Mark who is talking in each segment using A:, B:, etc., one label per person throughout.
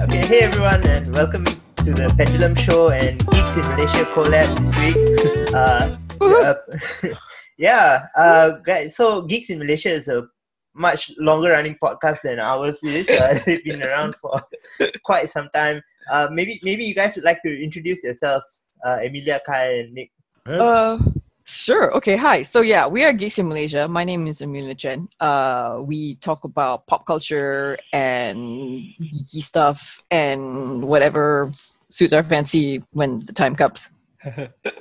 A: Hey everyone, and welcome to the Pendulum Show and Geeks in Malaysia collab this week. Uh, uh, yeah, uh, guys, so Geeks in Malaysia is a much longer running podcast than ours is. Uh, they've been around for quite some time. Uh, maybe maybe you guys would like to introduce yourselves, uh, Emilia, Kai, and Nick.
B: Uh, sure. Okay. Hi. So yeah, we are Geeks in Malaysia. My name is Amelia Chen. Uh, we talk about pop culture and geeky stuff and whatever suits our fancy when the time comes.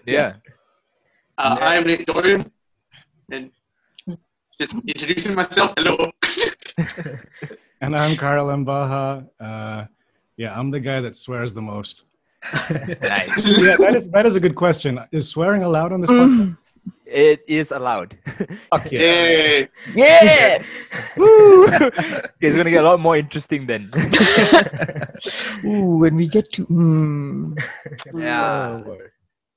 C: Yeah.
D: Uh, I am Nick Dorian, and just introducing myself. Hello.
E: And I'm Carl Mbaha. Uh, yeah, I'm the guy that swears the most.
C: Nice.
E: Yeah, that is that is a good question. Is swearing allowed on this podcast?
B: Mm.
C: It is allowed.
E: Fuck yeah.
D: Yay!
B: Yeah.
C: Woo! it's gonna get a lot more interesting then.
B: Ooh, when we get to mm.
C: yeah.
E: Lord.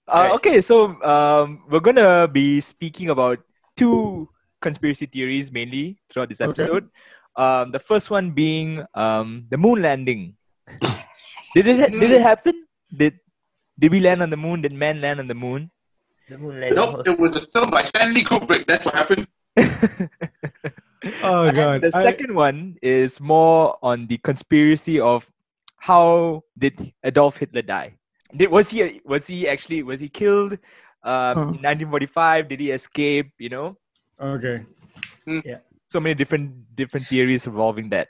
C: Uh, okay, so um, we're gonna be speaking about two conspiracy theories mainly throughout this
E: Okay.
C: episode. Um, the first one being um, the moon landing. did it? ha- Did it happen? Did did we land on the moon? Did man land on the moon?
A: The Moonlight
D: Nope, it was a film by Stanley Kubrick. That's what happened.
E: Oh god.
C: the
E: I-
C: second one is more on the conspiracy of how did Adolf Hitler die? Did, was he was he actually was he killed um,
B: Hmm.
C: in 1945? Did he escape? You know,
E: okay.
C: so many different different theories involving that.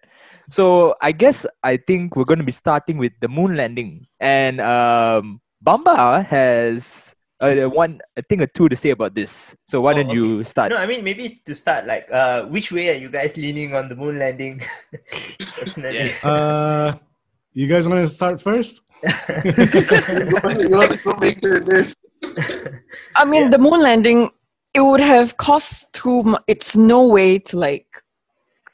C: So I guess I think we're going to be starting with the moon landing, and um, Bamba has a, a one I think a two to say about this. So why
A: Oh,
C: don't you start?
A: No, I mean maybe to start, like, uh, which way are you guys leaning on the moon landing? Personally,
E: Uh, you guys want to start first?
D: you want the filmmaker in this?
B: I mean,
A: Yeah.
B: the moon landing, it would have cost too much. It's no way to like,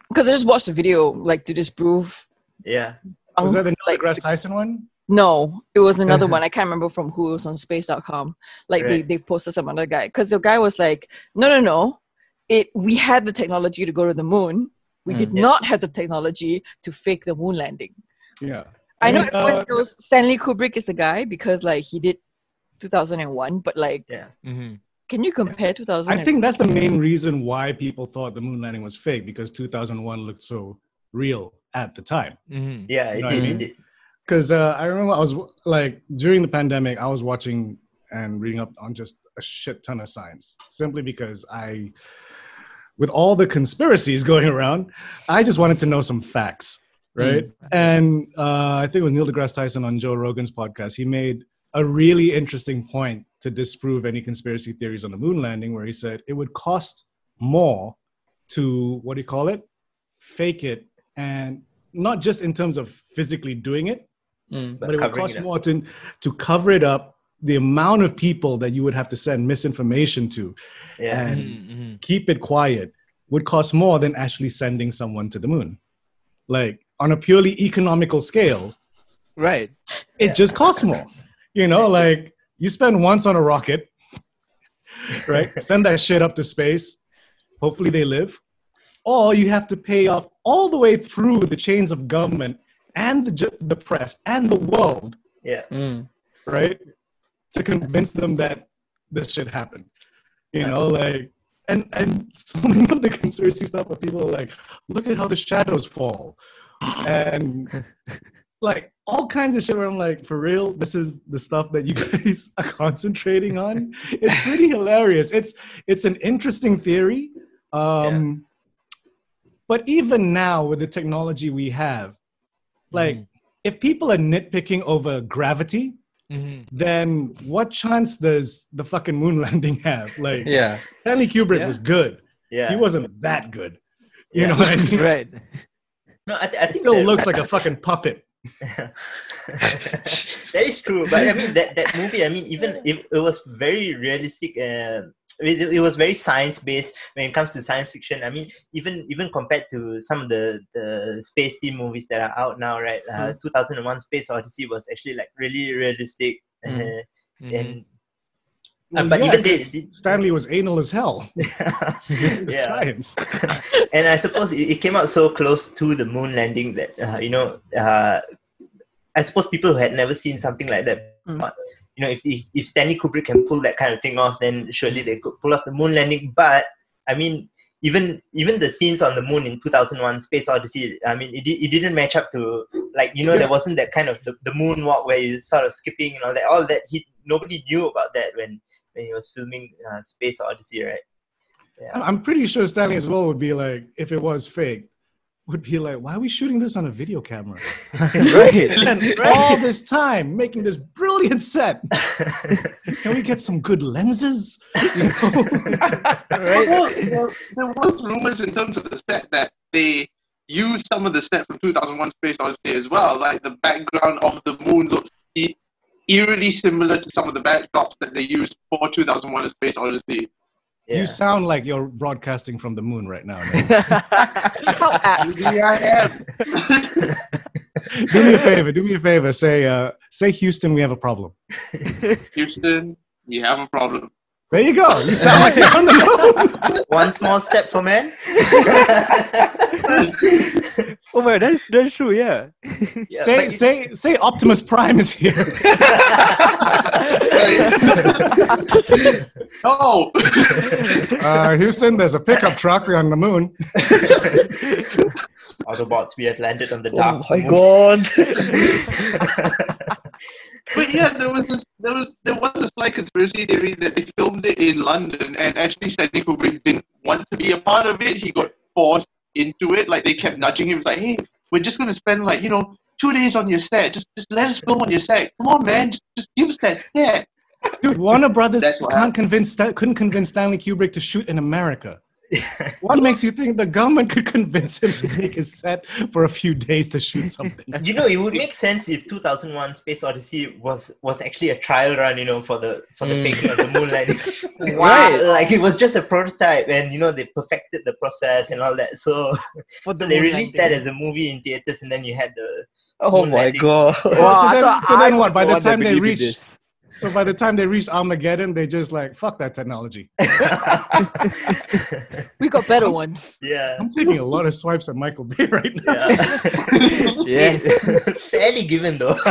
B: because I just watched a video like to disprove.
A: yeah.
E: Was that the Neil
B: Um, like,
E: deGrasse Tyson one?
B: No, it was another one. I can't remember from who. It was on space.com. Like they,
A: Right.
B: they posted some other guy because the guy was like, no, no, no. It we had the technology to go to the moon. We
E: Mm.
B: did
A: Yeah.
B: not have the technology to fake the moon landing.
E: Yeah.
B: I know
E: mean,
B: everyone
E: uh,
B: knows Stanley Kubrick is the guy because like he did 2001, but like,
C: Mhm.
B: can you compare 2001?
E: I think that's the main reason why people thought the moon landing was fake because 2001 looked so real at the time.
C: Mhm.
A: Yeah, it
E: You know
A: did,
E: what I
A: it
E: mean?
A: did.
E: Because uh, I remember I was like during the pandemic, I was watching and reading up on just a shit ton of science simply because I, with all the conspiracies going around, I just wanted to know some facts, right? And uh, I think it was Neil deGrasse Tyson on Joe Rogan's podcast. He made a really interesting point to disprove any conspiracy theories on the moon landing, where he said it would cost more to what do you call it? Fake it and not just in terms of physically doing it,
A: Mm.
E: but, it would
A: covering
E: cost
A: it up.
E: more to, to cover it up the amount of people that you would have to send misinformation to
A: Yeah.
E: and
C: Mhm,
E: keep it quiet would cost more than actually sending someone to the moon like on a purely economical scale
C: mhm. Right.
E: it just costs more you know like you spend once on a rocket right send that shit up to space hopefully they live or you have to pay off all the way through the chains of government and the, ju- the press and the world
A: Yeah.
E: right? To convince them that this should happen. You know, like and and so many of the conspiracy stuff where people are like, look at how the shadows fall. And like all kinds of shit where I'm like, for real, this is the stuff that you guys are concentrating on. It's pretty hilarious. It's it's an interesting theory. Um but even now with the technology we have, like
C: Mhm.
E: if people are nitpicking over gravity, Mm-hmm.
C: Mhm.
E: then what chance does the fucking moon landing have? Like,
F: Yeah.
E: Stanley Kubrick
C: Yeah.
E: was good.
A: Yeah.
E: He wasn't that good. You
A: Yeah.
E: know what I mean?
C: Right.
A: no, I, th- I
E: He
A: think
E: still
A: that-
E: looks like a fucking puppet.
A: that is true, but I mean that, that movie. I mean, even if it was very realistic. Uh, it, it was very science based when it comes to science fiction. I mean, even even compared to some of the, the space team movies that are out now, right? Uh, 2001 Space Odyssey was actually like really realistic. Uh,
E: Mm-hmm.
C: Mhm.
A: and Uh, but
E: Well, yeah,
A: even they,
E: Stanley was anal as hell. It was
A: Yeah.
E: Science.
A: and I suppose it, it came out so close to the moon landing that uh, you know uh, I suppose people who had never seen something like that,
B: Mm.
A: but, you know, if, if if Stanley Kubrick can pull that kind of thing off, then surely they could pull off the moon landing. But I mean, even even the scenes on the moon in 2001 Space Odyssey, I mean, it, di- it didn't match up to like you know there wasn't that kind of the, the moonwalk where you sort of skipping and all that. All that he nobody knew about that when when he was filming uh, Space Odyssey, right?
E: I- I'm pretty sure Stanley as well would be like, if it was fake, would be like, why are we shooting this on a video camera?
C: right.
E: And all this time making this brilliant set. Can we get some good lenses? You know?
D: There was- there, there was rumors in terms of the set that they used some of the set from 2001 Space Odyssey as well. Like the background of the moon looks e- eerily similar to some of the backdrops that they used for 2001 A Space Odyssey.
E: You sound like you're broadcasting from the moon right now. man.
B: How apt.
D: DIF.
E: do me a favor. Do me a favor. Say, uh, say, Houston, we have a problem.
D: Houston, we have a problem.
E: There you go. You sound like you're on the moon.
A: One small step for man.
C: oh my, that's that's true. Yeah.
A: Yeah,
E: say,
A: but-
E: say, say, Optimus Prime is here.
D: no!
E: Uh, Houston, there's a pickup truck on the moon.
A: Autobots, we have landed on the dark.
C: oh my
A: moon.
C: god.
D: but yeah, there was this, there was there was a slight conspiracy theory that they filmed it in London, and actually Stanley Kubrick didn't want to be a part of it. He got forced into it. Like they kept nudging him. It's like, hey, we're just gonna spend like you know two days on your set. Just just let us film on your set. Come on, man. Just just give us that set.
E: Dude, Warner Brothers
D: That's what
E: can't convince Stan- couldn't convince Stanley Kubrick to shoot in America. what makes you think the government could convince him to take his set for a few days to shoot something?
A: You know, it would make sense if 2001 Space Odyssey was was actually a trial run, you know, for the for the
E: Mm.
A: faking of the moon landing.
B: Wow.
A: Right, Like it was just a prototype, and you know they perfected the process and all that. So,
B: For
A: so
B: the
A: they
B: moon
A: released that
B: landing.
A: as a movie in theaters, and then you had the
C: Oh
A: Moon
C: my
A: landing.
C: god.
E: Wow, so I then- thought so then I what, was by the the one that time they believed in reach-
C: reached
E: this. So by the time they reach Armageddon, they just like fuck that technology.
B: We got better ones.
A: yeah.
E: I'm taking a lot of swipes at Michael Bay right now.
A: yeah.
C: Yes.
A: It's fairly given though.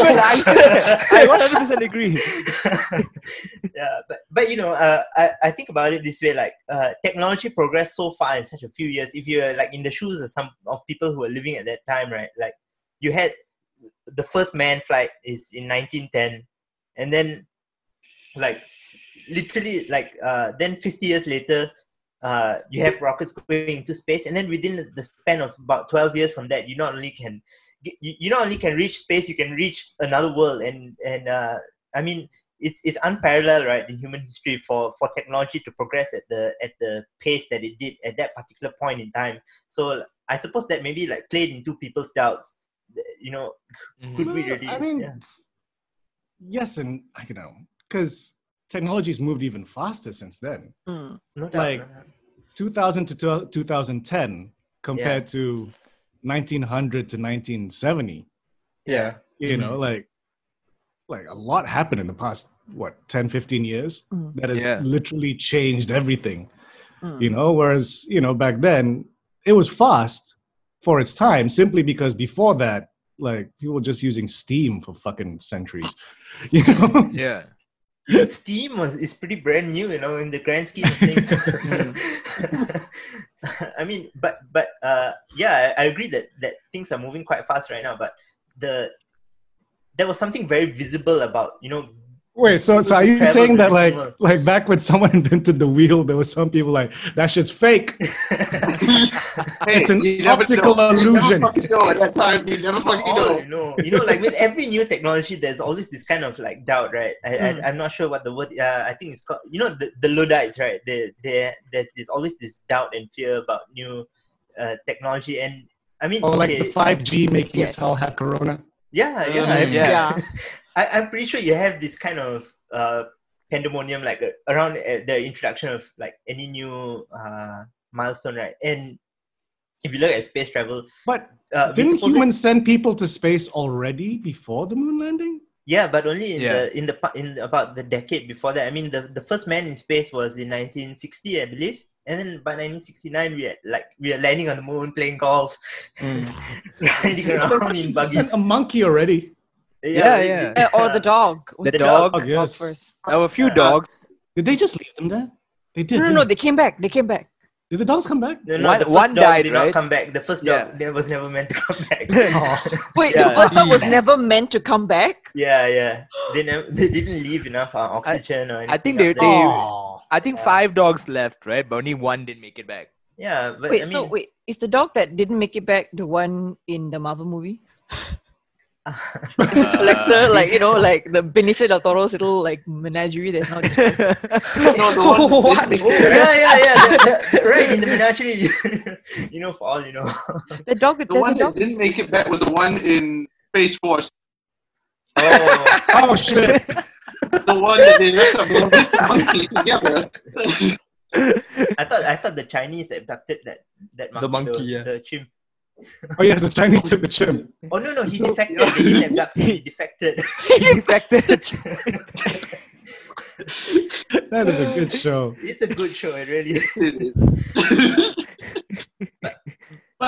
C: I 100% agree.
A: yeah, but, but you know, uh, I, I think about it this way: like uh, technology progressed so far in such a few years. If you're like in the shoes of some of people who were living at that time, right? Like you had the first manned flight is in 1910, and then like s- literally like uh, then 50 years later. Uh, you have rockets going into space, and then within the span of about twelve years from that, you not only can you, you not only can reach space, you can reach another world, and and uh, I mean, it's it's unparalleled, right, in human history for for technology to progress at the at the pace that it did at that particular point in time. So I suppose that maybe like played into people's doubts. Th- You know, could we
E: No,
A: really?
E: I mean,
A: yeah.
E: yes, and I don't know because technology's moved even faster since then.
B: Mm.
A: No doubt,
E: like-
A: no doubt.
E: 2000 to 12 2010 compared to 1900 to 1970.
A: yeah,
E: You know, like like a lot happened in the past what 10 15 years
B: Mm.
E: that has
C: Yeah.
E: literally changed everything.
B: Mm.
E: You know, whereas, you know, back then it was fast for its time simply because before that like people were just using steam for fucking centuries. You know?
C: Yeah.
A: Even Steam was, is pretty brand new, you know, in the grand scheme of things. I mean, but but uh, yeah, I, I agree that that things are moving quite fast right now. But the there was something very visible about you know
E: Wait, so so are you
A: Travel
E: saying that
A: to
E: like
A: Europe.
E: like back when someone invented the wheel, there were some people like that shit's fake.
D: Hey,
E: It's an
D: you never
E: optical
D: know. You
E: illusion.
D: never fucking know at that time. You never fucking
E: Oh,
A: all
D: know.
A: you know, you know, like with every new technology, there's always this kind of like doubt, right? I,
B: Mm.
E: Hmm.
A: I I'm not sure what the word. Uh, I think it's called. You know, the, the Luddites, right? They they there's this always this doubt and fear about new uh, technology, and I mean,
E: Or Oh, like
A: okay,
E: the Hmm, 5G making
B: Yes.
E: us all have corona.
A: yeah, yeah,
D: Mm,
A: I'm-
C: Yeah.
B: Yeah.
A: I, I'm pretty sure you have this kind of uh, pandemonium like uh, around uh, the introduction of like any new uh, milestone, right? And if you look at space travel,
E: But
A: uh, we
E: didn't
A: supposedly-
E: humans send people to space already before the moon landing?
A: Yeah, but only in
C: Yeah.
A: the in the pa- in about the decade before that. I mean, the, the first man in space was in 1960, I believe. And then by 1969, we are like we are landing on the moon, playing golf,
C: Mm.
A: riding around in
E: It's like
A: buggies.
E: a monkey already.
C: Yeah,
A: we-
C: yeah.
B: Uh, or the dog.
C: The
B: the
C: dog.
E: Oh, yes.
B: first.
C: There were a few
A: Uh,
C: dogs.
E: Did they just leave them there? They did.
B: No, no,
E: didn't
B: no.
E: they?
B: They came back. They came back.
E: Did the dogs come back?
A: No, no,
C: One-
A: the first
C: one
A: dog
C: died,
A: did
C: right? Oh.
A: not come back. The first dog that was never meant to come back.
B: Wait,
C: Yeah.
B: the first dog was
E: Yes.
B: never meant to come back.
A: yeah, yeah. They, never, they didn't leave enough uh, oxygen or anything.
C: I think they,
A: up
C: they
A: there.
C: I think
A: Yeah.
C: five dogs left, right? But only one didn't make it back.
A: Yeah, but
B: Wait,
A: I mean,
B: so wait, is the dog that didn't make it back the one in the Marvel movie?
A: Uh,
B: like the like you know like the Benicio del Toro's little like menagerie that's not.
C: Oh.
D: No, the one with
E: What?
D: this
A: Oh,
D: big-
A: yeah, yeah, yeah. the- the- right in the menagerie. you know, for all you know.
B: The dog. There's
D: The one
B: a
D: that
B: dog.
D: didn't make it back was the one in Space Force.
A: Oh,
E: Oh shit!
D: The one that they left up the big monkey together.
A: I thought I thought the Chinese abducted that that monkey.
F: The monkey, yeah.
A: the chimp.
E: Oh yes, the Chinese took the chimp.
A: Oh no, no, he
D: So-
A: defected. They didn't abduct him. He defected.
C: infected.
E: That is a good show.
A: It's a good show. It really. is.
D: but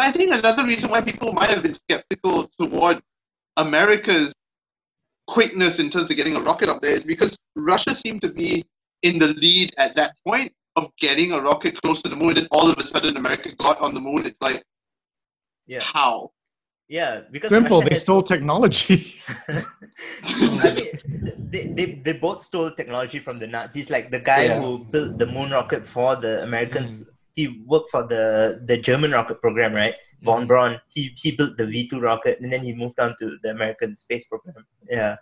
D: I think another reason why people might have been skeptical toward America's quickness in terms of getting a rocket up there is because Russia seemed to be in the lead at that point of getting a rocket close to the moon, and all of a sudden America got on the moon. It's like,
A: Yeah.
D: how?
A: Yeah, because
E: Simple.
A: Russia
E: They
A: has-
E: stole technology.
A: I mean, they, they, they both stole technology from the Nazis. Like the guy
F: Yeah.
A: who built the moon rocket for the Americans, he worked for the, the German rocket program, right? Von Braun. He he built the V two rocket, and then he moved on to the American space program. Yeah,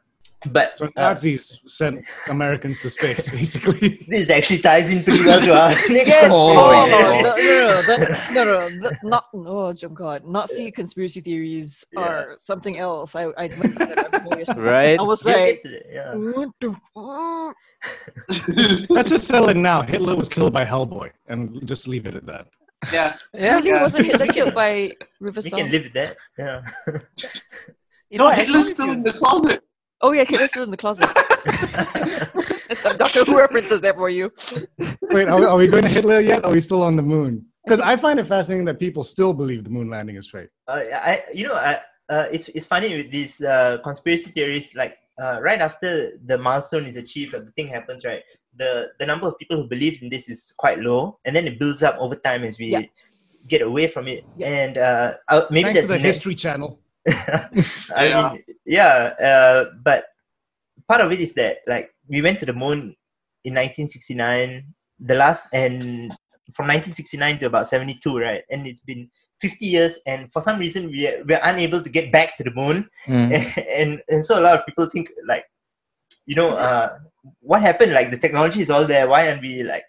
A: but
E: So
A: uh,
E: Nazis sent Americans to space, basically.
A: this actually ties in pretty well to our next.
B: Yes.
F: Oh,
B: Oh,
F: my
B: no,
F: God.
B: no, no, no, the- no, no, the- not no, oh, God, Nazi conspiracy theories
A: Yeah.
B: are something else. I I went to that article yesterday.
C: right? Mm-hmm.
B: I was
A: We'll
B: like,
A: get to that, yeah. uh,
B: what the fuck?
E: Let's just settle it now. Hitler was killed by Hellboy, and just leave it at that.
D: yeah.
C: Yeah.
B: Really,
D: Yeah.
B: wasn't Hitler killed by River
A: We
B: Song?
A: can live with that. Yeah.
C: You
D: No,
C: what, as
D: Hitler's
C: long as
D: still
C: you-
D: in the closet.
B: Oh yeah, Hitler's still in the closet. It's a Doctor Who references there for you.
E: Wait, are we, are we going to Hitler yet? Are we still on the moon? Because I find it fascinating that people still believe the moon landing is fake.
A: uh, I you know I, uh, it's it's funny with these uh, conspiracy theories like uh, right after the milestone is achieved or the thing happens right the the number of people who believe in this is quite low and then it builds up over time as we
B: Yeah.
A: get away from it
B: Yeah.
A: and uh, uh, maybe
E: Thanks to
A: that's
E: the
A: ne-
E: History Channel.
A: I
D: Yeah.
A: mean, yeah, uh, but part of it is that like we went to the moon in 1969, the last and from 1969 to about 72, right? And it's been 50 years, and for some reason we are, we're unable to get back to the moon,
C: Mm-hmm.
A: and and so a lot of people think like, you know, uh, what happened? Like the technology is all there. Why aren't we like?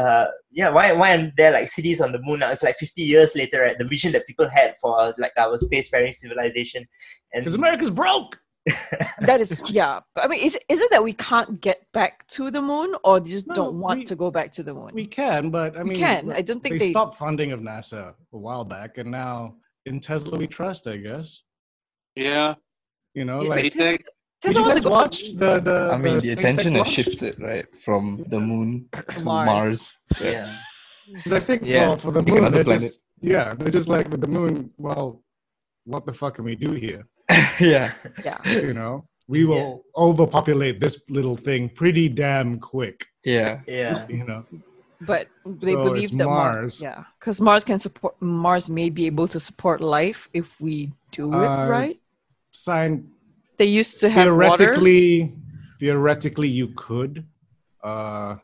A: Uh, yeah, why why aren't there like cities on the moon now? It's like 50 years later, right? The vision that people had for like our spacefaring civilization, and
E: Because America's broke.
B: That is, yeah. But, I mean, is is it that we can't get back to the moon, or they just
E: No,
B: don't want
E: we-
B: to go back to the moon?
E: We can, but I mean,
B: can. I don't think
E: they,
B: they-
E: stopped funding of NASA a while back, and now in Tesla we trust, I guess.
D: Yeah.
E: You know,
B: Yeah,
E: like
B: it-
D: Maytag.
E: did
B: Tesla
E: you
B: wants
E: guys
B: to go
E: watch the the?
F: I mean,
E: the
F: the
E: SpaceX
F: attention has
E: launch?
F: shifted, right, from the moon to
B: Mars.
F: Mars.
A: yeah.
E: 'Cause I think
C: Yeah,
E: for, for the
F: pick
E: moon,
F: another
E: they're
F: planet.
E: just yeah, they're just like with the moon. Well, what the fuck can we do here?
F: yeah.
B: Yeah.
E: You know, we will overpopulate this little thing pretty damn quick.
F: Yeah.
A: Yeah.
E: You know,
B: but they
E: So
B: believe
E: it's
B: that Mar-
E: Mars.
B: yeah, because Mars can support Mars may be able to support life if we do it
E: Uh,
B: right.
E: sign
B: They used to have water.
E: theoretically theoretically you could uh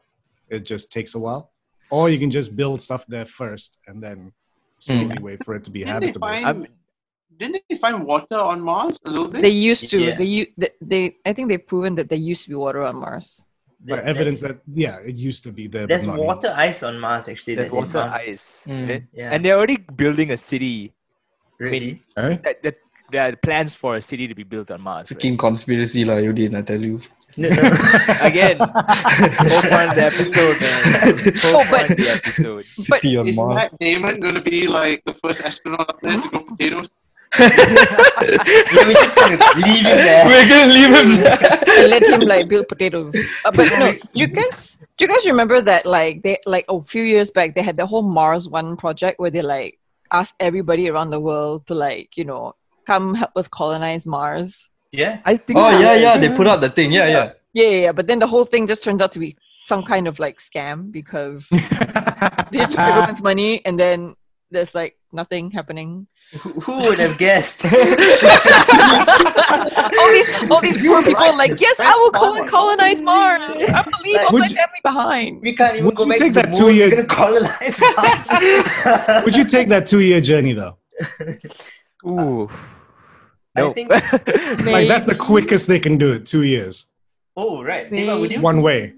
E: it just takes a while or you can just build stuff there first and then slowly
F: Hmm.
E: wait for it to be
D: Didn't they
E: habitable
D: find?
C: I'm-
D: Didn't they find water on Mars a little bit?
B: They used to.
A: Yeah.
B: They, u- they they I think they've proven that there used to be water on Mars.
E: but
A: There-
E: evidence that yeah it used to be there
A: there-
E: but
A: There's
E: not anymore.
A: water ice on Mars actually.
C: There's
A: that they
C: water
A: found.
C: ice.
F: Mm.
C: right?
A: Yeah.
C: And they're already building a city.
A: really?
E: Eh?
C: That, that, there are plans for a city to be built on Mars. right?
F: Freaking conspiracy, lah, Yudin, I tell you.
A: No, no.
C: Again, go find the episode. Man. Go
B: Oh, but-
C: find the episode.
F: City on
D: Is
F: Mars.
D: Matt Damon going to be like the first astronaut up there to grow potatoes?
A: Yeah, we're just gonna leave it there.
F: We're gonna leave him there.
B: I let him like build potatoes. Uh, but no, do you guys do you guys remember that like they like a few years back they had the whole Mars One project where they like asked everybody around the world to like you know come help us colonize Mars.
A: Yeah.
C: I think.
F: Oh yeah, yeah. They put out the thing. Yeah, yeah.
B: Yeah, yeah, yeah. But then the whole thing just turned out to be some kind of like scam because they just took everyone's money and then there's like nothing happening.
A: Who, who would have guessed?
B: all these all these poor people are like, yes, I will go and colonize Mars. I'm gonna leave all
E: Would
B: my
E: you-
B: family behind.
A: We can't even
E: Would
A: go
E: you
A: back
E: take
A: to
E: that
A: the
E: two
A: moon.
E: year-
A: We're gonna colonize Mars.
E: Would you take that two year journey though?
C: Ooh.
A: I
C: No.
A: think-
E: Like that's the quickest they can do it. Two years,
A: oh right, Deva, would you?
E: one way.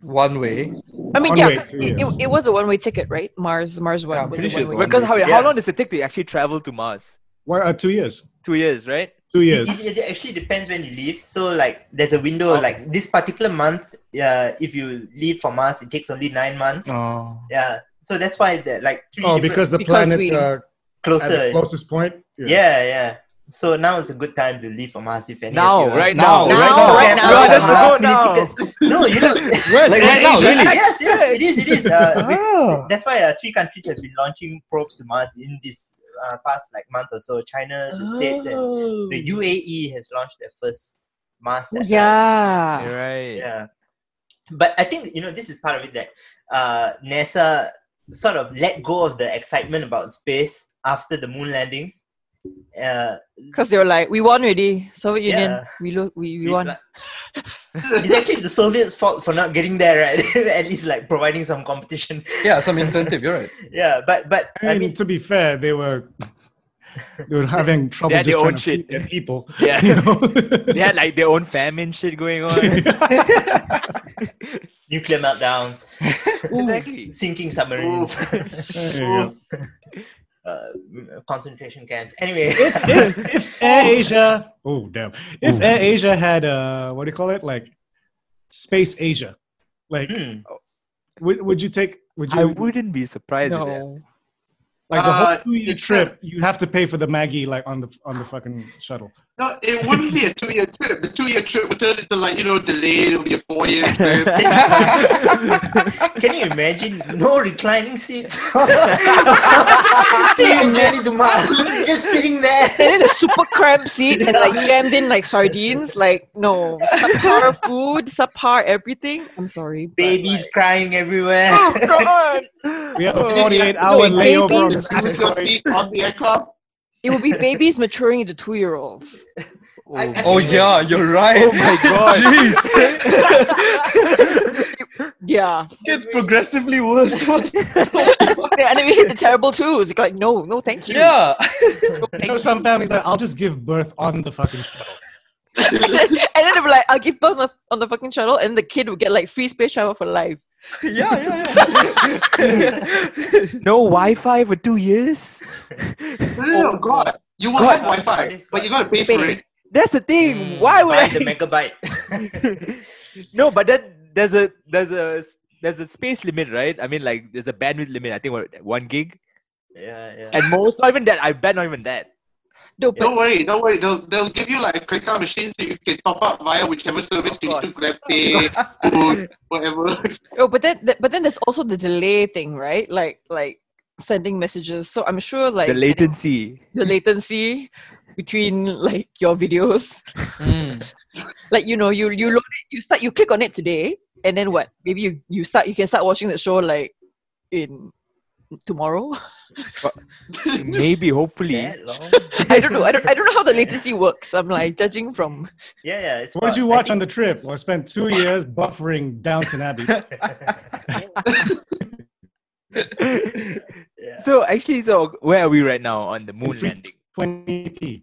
F: One way.
B: I mean,
E: One
B: yeah,
E: way,
B: 'cause
E: two
B: it,
E: years.
B: it, it was a one-way ticket, right? Mars, Mars one.
F: Yeah, I'm
B: was
F: pretty
B: a
F: sure it's
B: one-way
F: one-way.
C: Because how, how
A: Yeah.
C: long does it take to actually travel to Mars?
E: Why uh, two years?
C: Two years, right?
E: Two
A: It,
E: years.
A: it, it actually depends when you leave. So like, there's a window. Like this particular month, uh, if you leave for Mars, it takes only nine months.
F: Oh.
A: Yeah. So that's why the like three
E: Oh,
A: different-
E: because the
B: Because
E: planets
B: we-
E: are at the
A: closer.
E: closest point.
A: Yeah, yeah. So now is a good time to leave for Mars if any.
C: Now,
A: of you are-
C: right
F: Now,
C: now.
F: right
B: now. Right now.
A: Right
B: Let's
A: now.
C: go
A: Last minute
C: now.
A: tickets. No, you know.
F: Where's
A: Like, right
F: right now?
A: now,
F: Really?
A: yes, yes, it is. It is. Uh, we-
B: Oh.
A: that's why uh, three countries have been launching probes to Mars in this uh, past like month or so. China, the States, and the UAE has launched their first Mars.
B: Oh,
A: satellite.
B: yeah.
C: Right.
A: Yeah. But I think you know this is part of it that uh, NASA sort of let go of the excitement about space after the moon landings. Uh,
B: Because they were like, we won already. Soviet Union,
A: Yeah.
B: we look, we, we
A: we-
B: won.
A: like- it's actually the Soviets' fault for not getting there, right? At least like providing some competition.
F: Yeah, some incentive. You're right.
A: Yeah, but but
E: I mean, to be fair, they were they were having trouble
C: had
E: just
C: their
E: trying
C: own
E: to
C: shit.
E: feed their people.
C: Yeah.
E: you know?
C: They had like their own famine shit going on.
A: nuclear meltdowns,
C: exactly.
A: sinking submarines,
E: There you go.
A: uh, concentration camps. Anyway,
E: if, if Air Asia, oh damn, if Air Asia had uh, what do you call it, like Space Asia, like
A: Hmm.
E: would, would you take? Would you
C: I wouldn't be surprised. at that.
B: No.
E: like the
D: Uh,
E: whole two year
D: it's
E: trip? You have to pay for the Maggie like on the on the fucking shuttle.
D: No, it wouldn't be a two-year trip. The two-year trip would turn into like you know delayed. It'll be a four-year trip.
A: can you imagine no reclining seats? Take a journey to Mars, just sitting there.
B: They did a super cramped seats and like jammed in like sardines. Like, no, subpar food, subpar everything. I'm sorry. but,
A: Babies
B: like-
A: crying everywhere.
B: Oh, God.
E: We have a
D: Oh.
E: forty eight hour
B: No,
E: layover on
B: babies.
E: this
D: Lose your
E: asteroid.
D: seat on the aircraft.
B: It would be babies maturing into two year olds.
A: I- I-
F: Oh yeah, you're right. Oh my god. Jeez.
B: Yeah.
F: It's progressively worse.
B: and then we hit the terrible twos. Like, no, no, thank you.
F: yeah.
E: You know, some families like I'll just give birth on the fucking shuttle.
B: and then they were like, I'll give birth on the, on the fucking shuttle, and the kid would get like free space travel for life.
F: Yeah, yeah, yeah.
C: No Wi Fi for two years?
D: No, no, no, God, you will have Wi-Fi, but you gotta pay for it.
C: That's the thing. Why would
A: Mm, Buy
C: I
A: the megabyte?
C: no, but that there's a there's a there's a space limit, right? I mean, like there's a bandwidth limit. I think what, one gig
A: yeah, yeah.
C: at most. Not even that. I bet not even that.
B: No, but
D: Don't worry, don't worry. They'll they'll give you like a credit card machine so you can top up via whichever service you
C: Of
D: do, Grab Pay, Boost, whatever.
B: oh, but then th- but then there's also the delay thing, right? Like like sending messages. So I'm sure like
C: The latency.
B: the latency between like your videos.
F: Mm.
B: Like you know, you you load it, you start you click on it today, and then what? Maybe you you start you can start watching the show like in tomorrow.
C: Maybe, hopefully.
A: That long?
B: I don't know. I don't I don't know how the latency works. I'm like judging from
A: Yeah, yeah. It's
E: What did
A: about-
E: you
A: I
E: watch
A: think-
E: on the trip? Well, I spent two years buffering Downton Abbey.
A: Yeah,
C: So actually, so where are we right now on the moon
E: Free
C: landing?
E: 20p.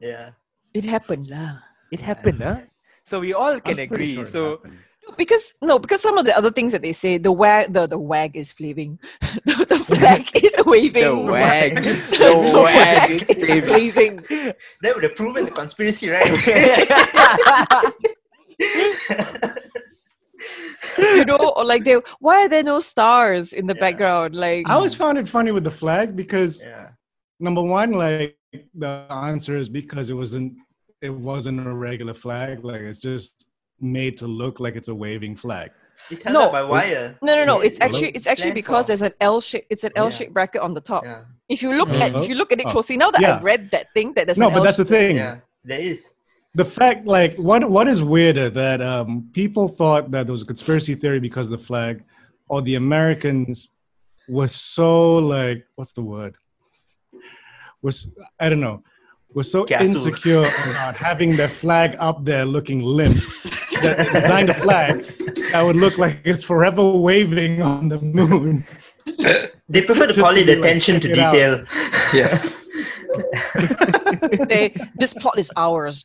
A: yeah.
B: it happened lah.
C: It happened, huh? So we all can agree. so
B: No, because no, because some of the other things that they say, the wag, the, the wag is waving, the, the flag is
C: the
B: waving,
C: wag,
B: the,
C: the
B: flag
C: wag
B: is blazing.
A: That would have proven the conspiracy, right?
B: You know, or like they, why are there no stars in the
A: Yeah.
B: background? Like
E: I always found it funny with the flag because
A: yeah.
E: number one, like the answer is because it wasn't it wasn't a regular flag. Like it's just made to look like it's a waving flag.
A: It's held
B: No.
A: up by wire.
B: No, no, no. It's
E: Hello?
B: actually it's
A: Stand
B: actually because
A: for-
B: there's an L shape. It's an
A: Yeah.
B: L shaped bracket on the top.
A: Yeah,
B: If you look at if
E: Hello?
B: you look at it
E: Oh.
B: closely, now that
E: Yeah.
B: I've read that thing, that there's
E: no,
B: an
E: but
B: L
E: that's the thing.
A: yeah, there is.
E: The fact, like, what what is weirder that um, people thought that there was a conspiracy theory because of the flag, or the Americans were so like, what's the word? Was I don't know. Was so
A: Gassed.
E: insecure about having their flag up there looking limp that they designed a flag that would look like it's forever waving on the moon.
A: They prefer to
E: Just
A: call
E: to
A: it
E: be like,
A: attention to
E: check it out.
A: detail.
F: Yes.
B: shaped. They, this plot is ours.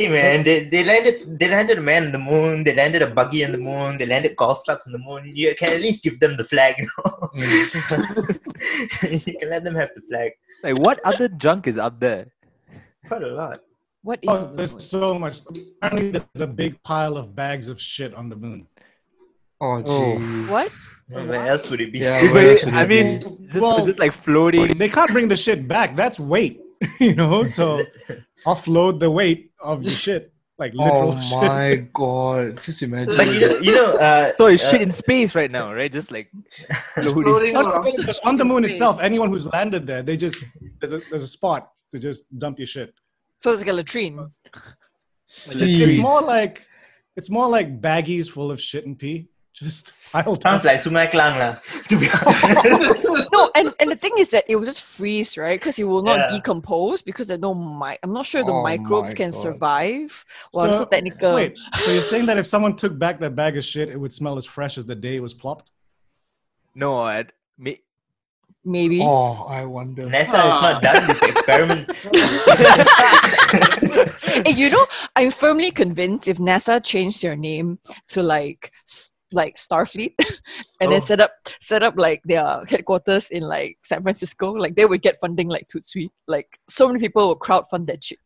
A: Hey man, they, they landed they landed a man on the moon, they landed a buggy on the moon, they landed golf clubs on the moon. You can at least give them the flag, you know.
F: Mm.
A: you can let them have the flag.
C: Like, what other junk is up there?
A: Quite a lot.
B: What is
E: Oh,
B: it?
E: there's so much. Apparently, there's a big pile of bags of shit on the moon.
F: Oh,
C: Oh.
F: jeez.
B: What?
A: Where else would it be?
F: Yeah, where else
C: Wait,
F: would
C: I
F: it be?
C: mean, just,
E: Well-
C: just like floating.
E: they can't bring the shit back. That's weight, you know. So offload the weight of the shit, like literal
F: oh
E: shit.
F: my god! Just imagine.
A: but you know, you know uh,
C: So it's shit
A: uh,
C: in space right now, right? Just like floating.
D: Floating
E: No, no,
D: around.
E: no, but on the moon itself, anyone who's landed there, they just there's a there's a spot to just dump your shit.
B: So it's like a latrine.
E: It's
F: Jeez.
E: more like it's more like baggies full of shit and pee, just piled
A: sounds
E: up.
A: like Sungai Klang lah. To be
B: No, and, and the thing is that it will just freeze, right? Because it will not
A: Yeah.
B: decompose because there's no mi- I'm not sure the
F: Oh
B: microbes
F: my
B: can
F: God.
B: survive. Well, I'm
E: So-
B: so technical.
E: Wait, so you're saying that if someone took back that bag of shit, it would smell as fresh as the day it was plopped?
C: No, I, me,
B: Maybe.
F: Oh, I wonder.
A: NASA has not done this experiment.
B: Hey, you know, I'm firmly convinced if NASA changed their name to like s- like Starfleet and
A: Oh.
B: then set up set up like their headquarters in like San Francisco, like they would get funding like Tootsie. Like so many people will crowdfund that shit.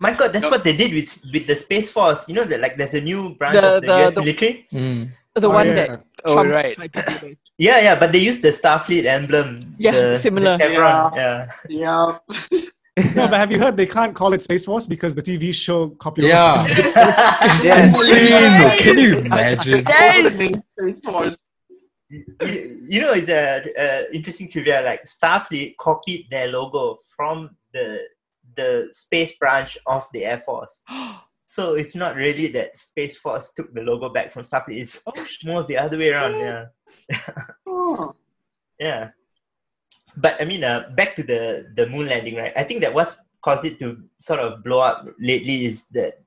A: My God, that's
D: No.
A: what they did with with the space force. You know that like there's a new branch
B: The-
A: of the,
B: the-
A: U.S.
B: the-
A: military.
F: Mm.
B: The
E: Oh,
B: one
E: yeah.
B: that
C: Oh,
B: Trump
C: right.
B: tried to do.
A: Yeah, yeah, but they used the Starfleet emblem.
B: Yeah,
A: the-
B: similar.
A: the chevron, yeah.
D: yeah.
E: No, but have you heard they can't call it Space Force because the TV show copyright?
F: Yeah.
A: Yes.
F: Insane. Can you imagine?
D: Yes. Space Force.
A: you, you know, it's a, a interesting trivia. Like Starfleet copied their logo from the the space branch of the Air Force. So it's not really that Space Force took the logo back from Starfleet. It's more of the other way around. Yeah,
D: Oh.
A: yeah. But I mean, uh, back to the the moon landing, right? I think that what's caused it to sort of blow up lately is that.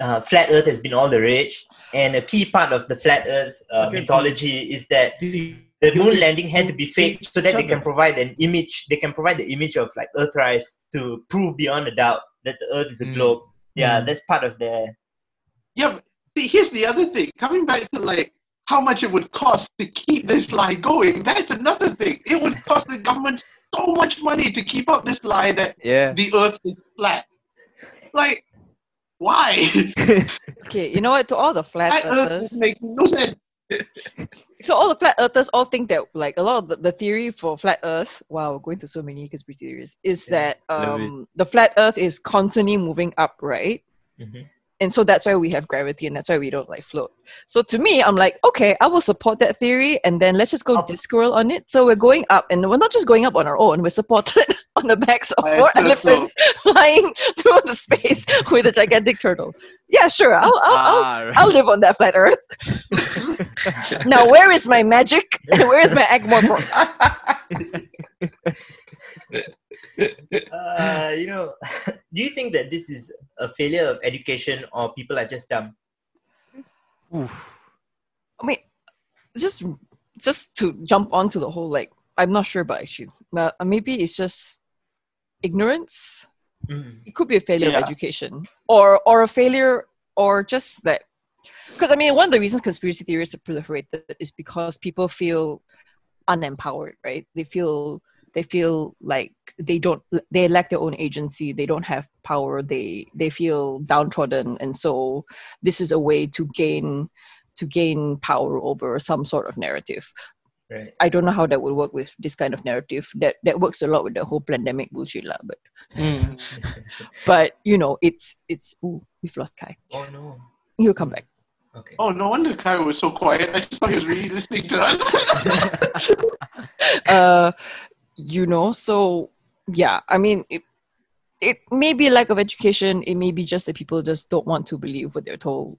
A: Uh, flat Earth has been all the rage, and a key part of the flat Earth uh,
E: Okay.
A: mythology is that
E: Steve,
A: the moon landing had to be fake so that they
E: Each
A: can
E: other.
A: provide an image they can provide the image of like earthrise to prove beyond a doubt that the earth is a
E: Hmm.
F: Mm.
A: globe yeah
F: Mm.
A: that's part of the
D: Yeah, but see, here's the other thing. Coming back to like how much it would cost to keep this line going, that's another thing. It would cost the government so much money to keep up this lie that
C: yeah.
D: the earth is flat. Like, why?
B: Okay, you know what? To all the flat
D: That earth
B: earthers,
D: makes no sense.
B: so all the flat earthers all think that like a lot of the, the theory for flat Earth. Wow, we're going to so many conspiracy theories. Is
A: Yeah.
B: that
C: Love it.
B: um the flat Earth is constantly moving up, right?
A: Mm-hmm.
B: and so that's why we have gravity and that's why we don't like float so to me i'm like okay i will support that theory and then let's just go
A: Up.
B: discworld on it so we're going up and we're not just going up on our own we're supported on the backs of
D: By a
B: four
D: turtle.
B: elephants flying through the space with a gigantic turtle yeah sure i'll i'll, I'll
C: Ah, right.
B: I'll live on that flat earth. now, where is my magic? And where is my Agmore pork?
A: uh, you know do you think that this is a failure of education or people are just dumb
B: I mean, just just to jump onto the whole like I'm not sure, but actually, uh, maybe it's just ignorance.
E: Hmm.
B: It could be a failure of
D: Yeah.
B: education, or or a failure, or just that. Because I mean, one of the reasons conspiracy theories have proliferated is because people feel unempowered, right? They feel they feel like they don't they lack their own agency they don't have power they they feel downtrodden and so this is a way to gain to gain power over some sort of narrative
A: Right.
B: I don't know how that would work with this kind of narrative. That that works a lot with the whole pandemic bullshit, lah. But
E: Hmm.
F: Mm.
B: but you know, it's it's ooh, we've lost Kai.
F: Oh no.
B: He'll come back.
F: Okay.
D: Oh, no wonder Kai was so quiet. I just thought he was really listening to us.
B: Uh, you know, so yeah, I mean, it, it may be a lack of education. It may be just that people just don't want to believe what they're told.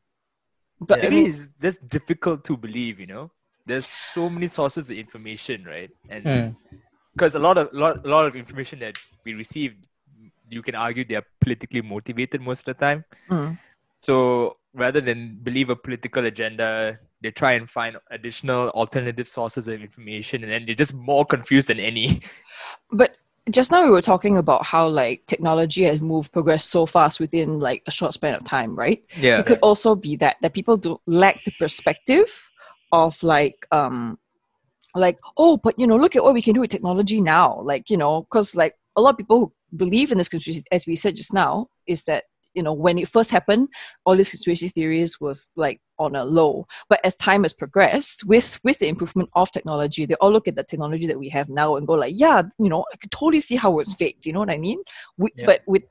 B: But I
C: Maybe
B: mean,
C: it's just difficult to believe, you know. There's so many sources of information, right? And
B: Hmm.
F: Mm.
C: because a lot of lot, lot of information that we receive, you can argue they are politically motivated most of the time.
B: mm,
C: So rather than believe a political agenda, they try and find additional alternative sources of information, and then they're just more confused than any.
B: but just now we were talking about how like technology has moved, progressed so fast within like a short span of time, right?
C: Yeah.
B: it could also be that that people do lack the perspective of like um like oh but you know look at what we can do with technology now like you know because like a lot of people who believe in this conspiracy as we said just now is that you know when it first happened all these conspiracy theories was like on a low but as time has progressed with with the improvement of technology they all look at the technology that we have now and go like yeah you know i could totally see how it's fake you know what i mean we,
A: Yeah.
B: but with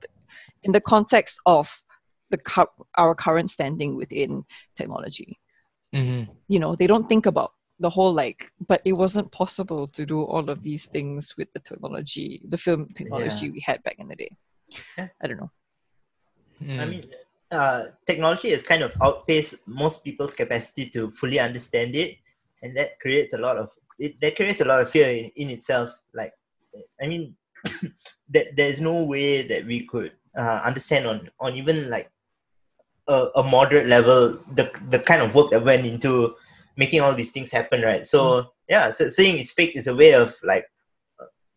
B: in the context of the cur- our current standing within technology.
C: Mm-hmm.
B: You know, they don't think about the whole like, but it wasn't possible to do all of these things with the technology, the film technology we had back in the day.
A: Yeah.
B: I don't know.
A: I mean, uh, technology has kind of outpaced most people's capacity to fully understand it, and that creates a lot of it, that creates a lot of fear in, in itself. Like, I mean, that there's no way that we could uh, understand on on even like a, a moderate level the the kind of work that went into making all these things happen, right? So Mm. yeah, so saying it's fake is a way of like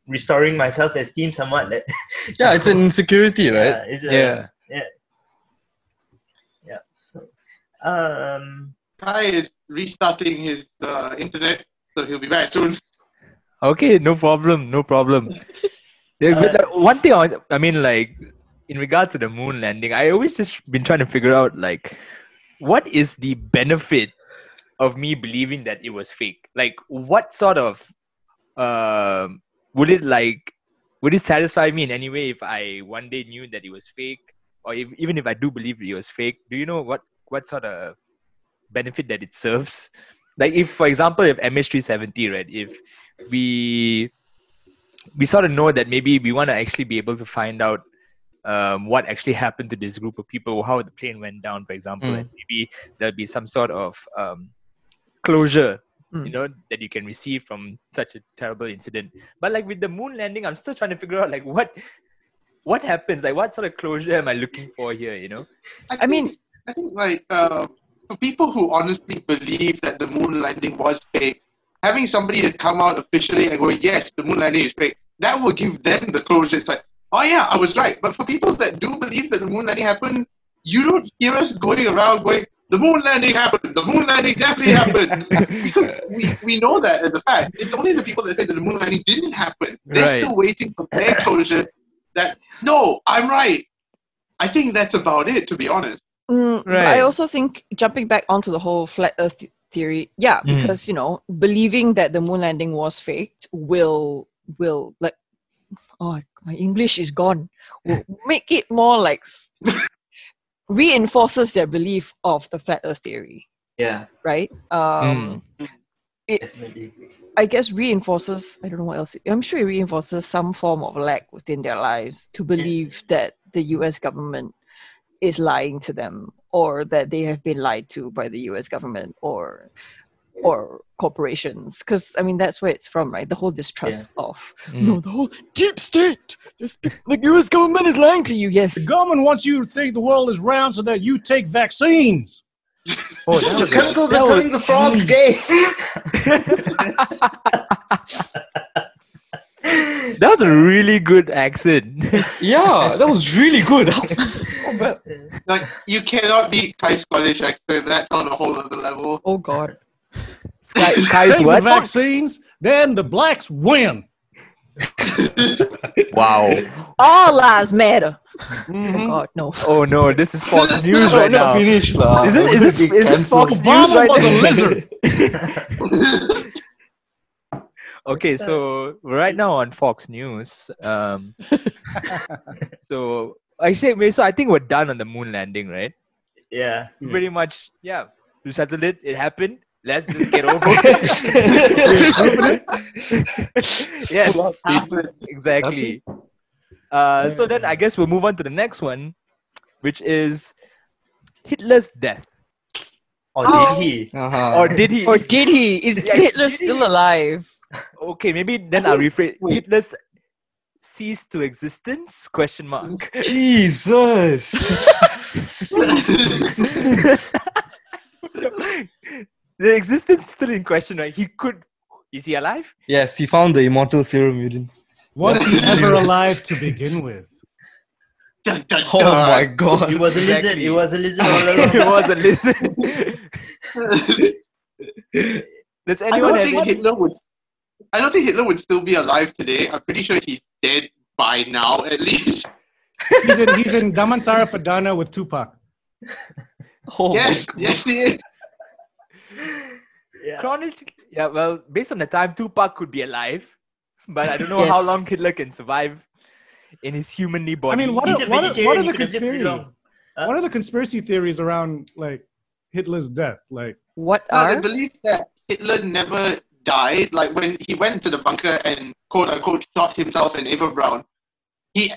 A: restoring myself esteem somewhat. That
F: Yeah, it's an insecurity, right?
A: yeah, it's a-
F: Yeah.
A: yeah. So, um,
D: Kai is restarting his uh, internet, so he'll be back soon.
C: Okay, no problem, no problem. Yeah, but, like, one thing, I, I mean, like, in regards to the moon landing, I always just been trying to figure out, like, what is the benefit of me believing that it was fake? Like, what sort of, um, would it like, would it satisfy me in any way if I one day knew that it was fake, or if, even if I do believe it was fake? Do you know what what sort of benefit that it serves? Like, if for example, if MH370, right, if we we sort of know that maybe we want to actually be able to find out um, what actually happened to this group of people, how the plane went down, for example,
F: Mm.
C: and maybe there'll be some sort of um, closure,
B: Mm.
C: you know, that you can receive from such a terrible incident. But like with the moon landing, I'm still trying to figure out like what what happens, like what sort of closure am I looking for here, you know?
B: I mean-
D: think- I think like uh, for people who honestly believe that the moon landing was fake, having somebody to come out officially and go, "Yes, the moon landing is fake," that will give them the closure. It's like, "Oh yeah, I was right." But for people that do believe that the moon landing happened, you don't hear us going around going, "The moon landing happened. The moon landing definitely happened." because we, we know that as a fact. It's only the people that say that the moon landing didn't happen. They're
C: Right.
D: still waiting for their closure that, no, I'm right. I think that's about it, to be honest.
B: Mm, but I
C: Right.
B: also think jumping back onto the whole flat Earth th- theory, yeah,
C: Mhm.
B: because you know believing that the moon landing was faked will will like oh my English is gone will make it more like s- reinforces their belief of the flat Earth theory,
A: yeah,
B: right?
C: Hmm.
B: Um,
A: definitely.
B: I guess reinforces. I don't know what else. I'm sure it reinforces some form of lack within their lives to believe that the U.S. government is lying to them, or that they have been lied to by the U.S. government or or corporations. Because I mean, that's where it's from, right? The whole distrust of
C: Hmm.
F: Mm.
B: no, the whole deep state. Just be- the U.S. government is lying to you. Yes.
E: The government wants you to think the world is round so that you take vaccines.
C: Oh, that was a-
A: Chemicals
F: that
A: are
F: was-
A: turning the frogs gay.
C: that was a really good accent.
F: Yeah, that was really good. oh, man.
D: Like, you cannot beat Kai Scottish accent. That's on a whole other level.
B: Oh God.
C: Sky,
E: Take
C: Sky's
E: the
C: what?
E: vaccines, then the blacks win.
C: Wow.
B: All lives matter. Oh God, no.
C: Oh no, this is Fox News right now. Is
F: Finish lah.
C: this, is this, is this Fox News
E: Obama
C: right
E: was a
C: now?
E: lizard.
C: Okay, so right now on Fox News, um, so actually, may- so I think we're done on the moon landing, right?
A: Yeah.
E: Yeah.
C: Pretty much, yeah. We settled it. It happened. Let's just get over it. yes, exactly. Uh, so then I guess we'll move on to the next one, which is Hitler's death.
A: Or
B: Oh.
A: did he?
F: Uh-huh.
C: Or did he?
B: Or did he? Is
C: Yeah,
B: Hitler
C: did he?
B: still alive?
C: Okay, maybe then I'll rephrase. Hitler's cease to existence? Question mark.
F: Jesus.
C: the existence still in question, right? He could. Is he alive?
F: yes, he found the immortal serum mutant.
E: Was he ever alive to begin with?
D: Dun, dun,
F: Oh
D: dun.
F: my god.
A: It was a lizard.
C: Exactly.
A: It was a lizard all along.
C: It was a lizard. Does
D: I
C: anyone
D: don't
C: have
D: think
C: any?
D: Hitler would. I don't think Hitler would still be alive today. I'm pretty sure he's dead by now, at least.
E: He's in, he's in Damansara Padana with Tupac.
F: Oh
D: yes,
F: my
D: yes, he is.
A: Yeah.
C: Chronologically, yeah. Well, based on the time, Tupac could be alive, but I don't know how
B: Yes.
C: long Hitler can survive in his humanly
E: I
C: body.
E: mean, what
A: He's
E: are,
A: a
E: what are, what are
A: vegetarian, he could have
E: the
A: lived pretty
E: conspiracy?
A: long. Huh?
E: What are the conspiracy theories around like Hitler's death? Like,
B: What
D: No, they
B: are?
D: believe Ah, that Hitler never died. Like when he went to the bunker and quote unquote shot himself and Eva Brown, he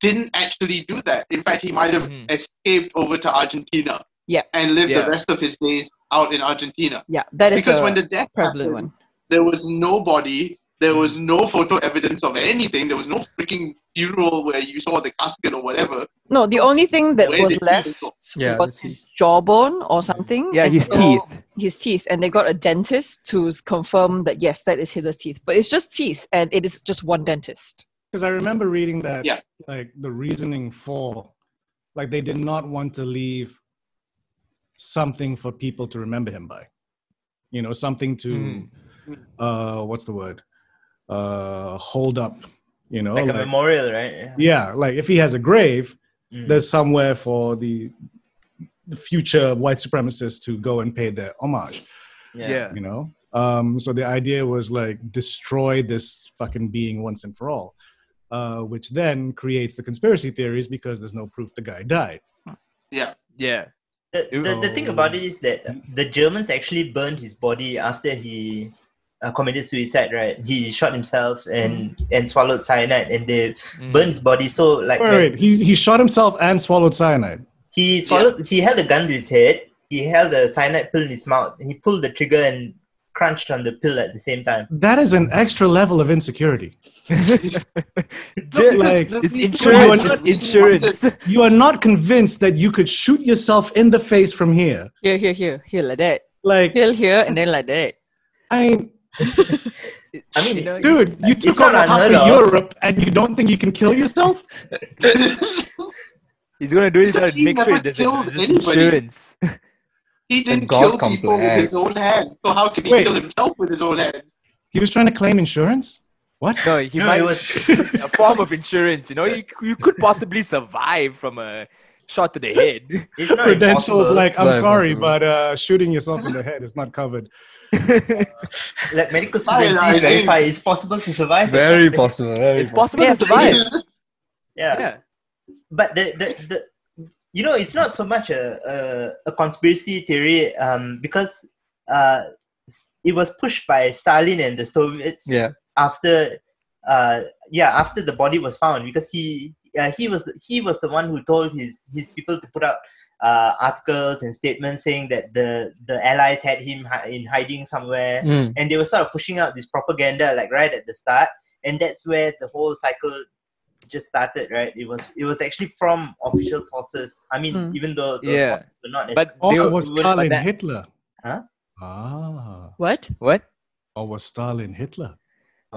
D: didn't actually do that. In fact, he might have
C: Mhm.
D: escaped over to Argentina.
B: Mm-hmm. Yeah.
D: And lived
C: Yeah.
D: the rest of his days out in Argentina.
B: Yeah, that is
D: Because
B: a
D: when the Ah, death
B: prevalent
D: happened,
B: one.
D: there was no body, there
C: Mm.
D: was no photo evidence of anything, there was no freaking funeral where you saw the casket or whatever.
B: No, the only thing that
D: Oh. Where
B: was
D: did he
B: left
D: go?
F: Yeah,
B: was
F: the
B: his jawbone or something.
C: yeah,
B: and
C: his
B: so-
C: teeth.
B: His teeth, and they got a dentist to s- confirm that yes, that is Hitler's teeth, but it's just teeth, and it is just one dentist.
E: because I remember reading that,
D: Yeah.
E: like the reasoning for, like they did not want to leave something for people to remember him by. You know, something to,
A: Hmm.
E: uh, what's the word? Uh, hold up. You know,
A: Like a
E: like-
A: memorial, right? Yeah.
E: yeah, like if he has a grave,
A: Mm.
E: there's somewhere for the, the future white supremacists to go and pay their homage.
A: yeah.
E: you know um so the idea was like destroy this fucking being once and for all uh which then creates the conspiracy theories because there's no proof the guy died
D: Yeah.
C: yeah.
A: The, the, the thing about it is that the Germans actually burned his body after he uh, committed suicide, right? He shot himself and and swallowed cyanide, and they
C: Mm.
A: burned his body. So like
E: wait, wait,
A: when
E: wait, he he shot himself and swallowed cyanide
A: he swallowed, he held a gun to his head. He held a cyanide pill in his mouth. He pulled the trigger and crunched on the pill at the same time.
E: that is an extra level of insecurity
C: Ju-
E: like, insurance,
C: it's insurance.
E: it's
C: It's insurance.
E: you are not convinced that you could shoot yourself in the face from here
B: Here, here, here, here, like that.
E: like
B: Here, here, and then like that.
E: i mean
A: I mean,
C: You know,
E: dude you
A: It's
E: took
A: not
E: over half
A: unheard
E: of
A: of.
E: europe and you don't think you can kill yourself
C: he's gonna do it. uh,
D: He
C: Make sure
D: never
C: he doesn't.
D: killed
C: It's just
D: anybody.
C: Insurance.
D: he didn't
F: God
D: kill people with his
F: complex.
D: own hands, so how can he
E: Wait.
D: kill himself with his own hands?
E: he was trying to claim insurance what
C: No, he
A: No,
C: might
A: it
C: was a form of insurance. You know, you, you could possibly survive from a shot to the head.
A: It's not
E: credentials
A: impossible.
E: like i'm
F: Sorry,
E: sorry
F: possible.
E: but uh shooting yourself in the head is not covered
A: like medical
D: Cyanide
A: scientists
D: is-
A: verify it's possible to survive.
F: Very possible. Very
C: It's
F: possible.
C: possible
B: Yes,
C: to survive.
A: Yeah.
C: Yeah.
A: but the, the, the you know it's not so much a, a, a conspiracy theory um, because uh, s- it was pushed by Stalin and the Soviets
F: Yeah.
A: after uh, yeah after the body was found because he uh, he was he was the one who told his his people to put out uh, articles and statements saying that the the allies had him hi- in hiding somewhere
F: Mm.
A: and they were sort of pushing out this propaganda like right at the start and that's where the whole cycle just started right it was it was actually from official sources i mean
B: Mm.
A: even though those
C: Yeah.
A: sources were not as
C: But
E: Or
C: they were-
E: Oh, was
C: were- but
E: Stalin
C: that-
E: Hitler?
A: Huh?
E: Ah.
B: What?
C: What?
E: Or was Stalin Hitler?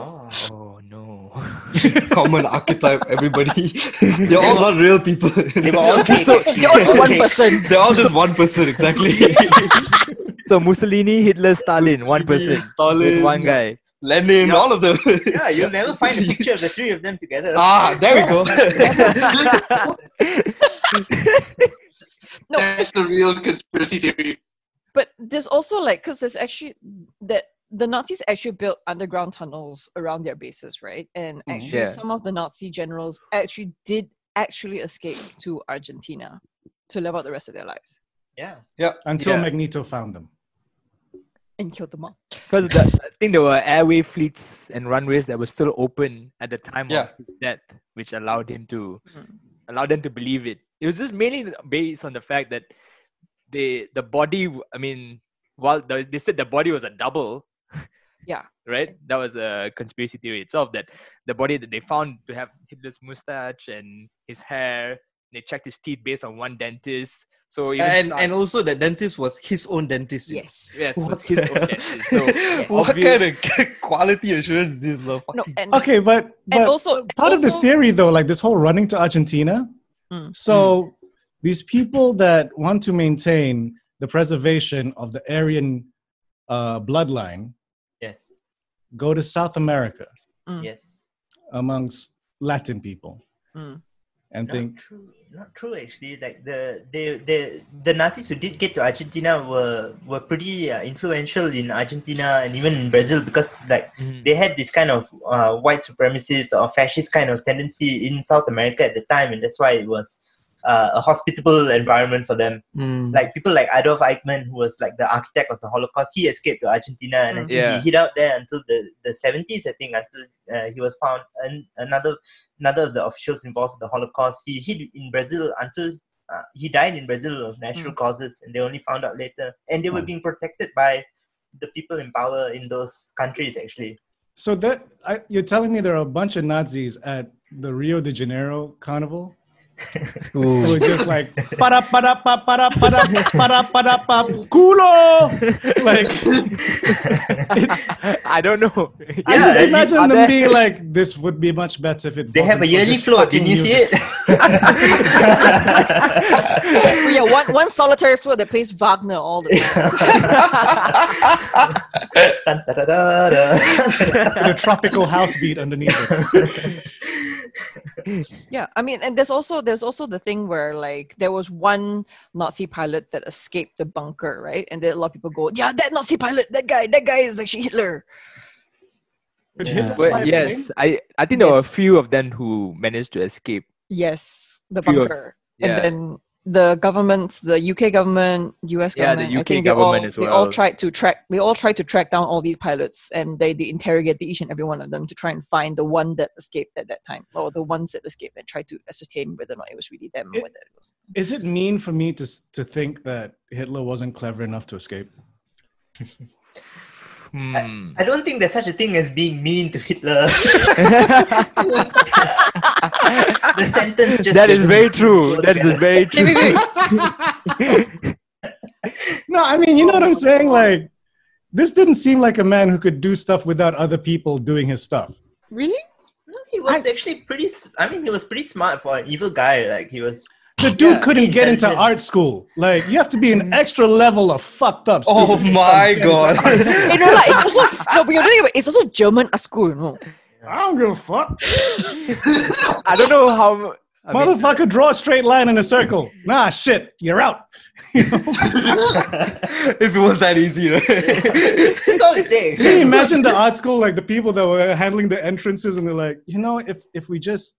A: oh.
C: Oh no.
F: Common archetype, everybody. They're all not real people.
A: they were all
B: Okay,
A: cake,
B: so
A: actually.
B: you're also one
A: Cake.
B: person.
F: They're all just one person, exactly.
C: So Mussolini, Hitler, Stalin, one person. There's
F: Stalin,
C: one guy.
F: Lenin,
A: Yeah.
F: all of them.
A: yeah you'll never find a picture of the three of them together
F: ah, there we go.
B: No.
D: That's the real conspiracy theory.
B: But there's also like, because there's actually that the Nazis actually built underground tunnels around their bases, right? And
F: Mhm.
B: actually,
C: Mm-hmm. Yeah.
B: some of the Nazi generals actually did actually escape to Argentina to live out the rest of their lives
A: Yeah.
E: until
C: Yeah.
E: Magneto found them.
B: and killed them all.
C: Because I think there were airway fleets and runways that were still open at the time
F: Yeah.
C: of his death, which allowed him to
B: Mhm.
C: allow them to believe it. It was just mainly th- based on the fact that the the body. w- I mean, while the, they said the body was a double.
B: Yeah.
C: Right. That was a conspiracy theory itself that the body that they found to have Hitler's mustache and his hair. They checked his teeth based on one dentist. So even
F: and
C: start-
F: and also the dentist was his own dentist. you know.
B: Yes.
C: yes, it
F: What
C: was his
F: the
C: own
F: hell?
C: dentist. So
F: what
C: obvious-
F: kind of quality assurance is this? Love?
B: No, and,
E: Okay, but, but
B: and also
E: part of this
B: also-
E: theory though like this whole running to argentina
B: Mm.
C: Hmm.
E: so these people that want to maintain the preservation of the aryan uh, bloodline
A: Yes.
E: go to south america
B: Mm.
A: Yes.
E: amongst latin people
B: Mm.
E: and
A: Not
E: think
A: true. Not true. Actually, like the the the the Nazis who did get to Argentina were were pretty uh, influential in Argentina and even in Brazil because like
C: Mhm.
A: they had this kind of uh, white supremacist or fascist kind of tendency in South America at the time, and that's why it was uh, a hospitable environment for them.
E: Hmm.
F: Mm.
A: Like people like Adolf Eichmann, who was like the architect of the Holocaust, he escaped to Argentina, and I
B: Mm.
A: think
C: Yeah.
A: he hid out there until the the seventies, I think, until uh, he was found. And another another of the officials involved in the Holocaust, he hid in Brazil until. Uh, he died in Brazil of natural causes, and they only found out later. And they were
E: Mm.
A: being protected by the people in power in those countries, actually.
E: so that I, you're telling me there are a bunch of nazis at the rio de janeiro carnival who were just like para para pa para para para para pa culo like it's
C: I don't know.
E: I
A: Yeah,
E: just
A: and
E: imagine
C: are
E: them
C: there-
E: being like, "This would be much better if it."
A: They have a
E: wasn't for
A: yearly
E: this
A: float.
E: fucking
A: Did you see
E: music."
A: it?
B: Oh, yeah, one one solitary floor that plays Wagner all the time.
A: Dun, da, da, da, da.
E: With a tropical house beat underneath it.
B: Yeah, I mean, and there's also there's also the thing where like there was one Nazi pilot that escaped the bunker, right? And then a lot of people go, yeah, that Nazi pilot, that guy, that guy is actually Hitler.
E: Could
F: Yeah.
E: Hitler fly
C: Well,
E: a
C: yes,
E: plane?
C: I, I think there were a
B: Yes.
C: few of them who managed to escape.
B: Yes, the
C: Few of-
B: bunker,
C: Yeah.
B: and then the governments, the UK government, US
C: Yeah, the
B: government, I
C: UK
B: think they
C: government
B: all
C: as
B: they all
C: well.
B: tried to track they all tried to track down all these pilots, and they they interrogated each and every one of them to try and find the one that escaped at that time, or the ones that escaped, and tried to ascertain whether or not it was really them.
E: It-
B: whether it was
E: Is it mean for me to s- to think that Hitler wasn't clever enough to escape?
C: Hmm.
A: I don't think there's such a thing as being mean to Hitler. the sentence just
C: that is
A: doesn't
C: very
A: go
C: true. That is
A: together.
C: very
B: Wait,
C: true.
B: wait, wait.
E: No, I mean, you know what I'm saying. Like, this didn't seem like a man who could do stuff without other people doing his stuff.
B: really?
A: No, he was actually pretty. s- I mean, he was pretty smart for an evil guy. Like he was.
E: The dude
A: Yeah.
E: couldn't get into
A: Intelligent.
E: art school. Like, you have to be an extra level of fucked up.
F: Oh
E: stupid.
F: my god.
B: Eh, no, like, it's also no, but you're doing it. It's also German at school, you know.
E: I don't give a fuck.
C: I don't know how. I mean,
E: Motherfucker, draw a straight line in a circle. Nah, shit, you're out.
F: if it was that easy, right?
A: That's all it takes.
E: Can you imagine the art school, like the people that were handling the entrances, and they're like, you know, if if we just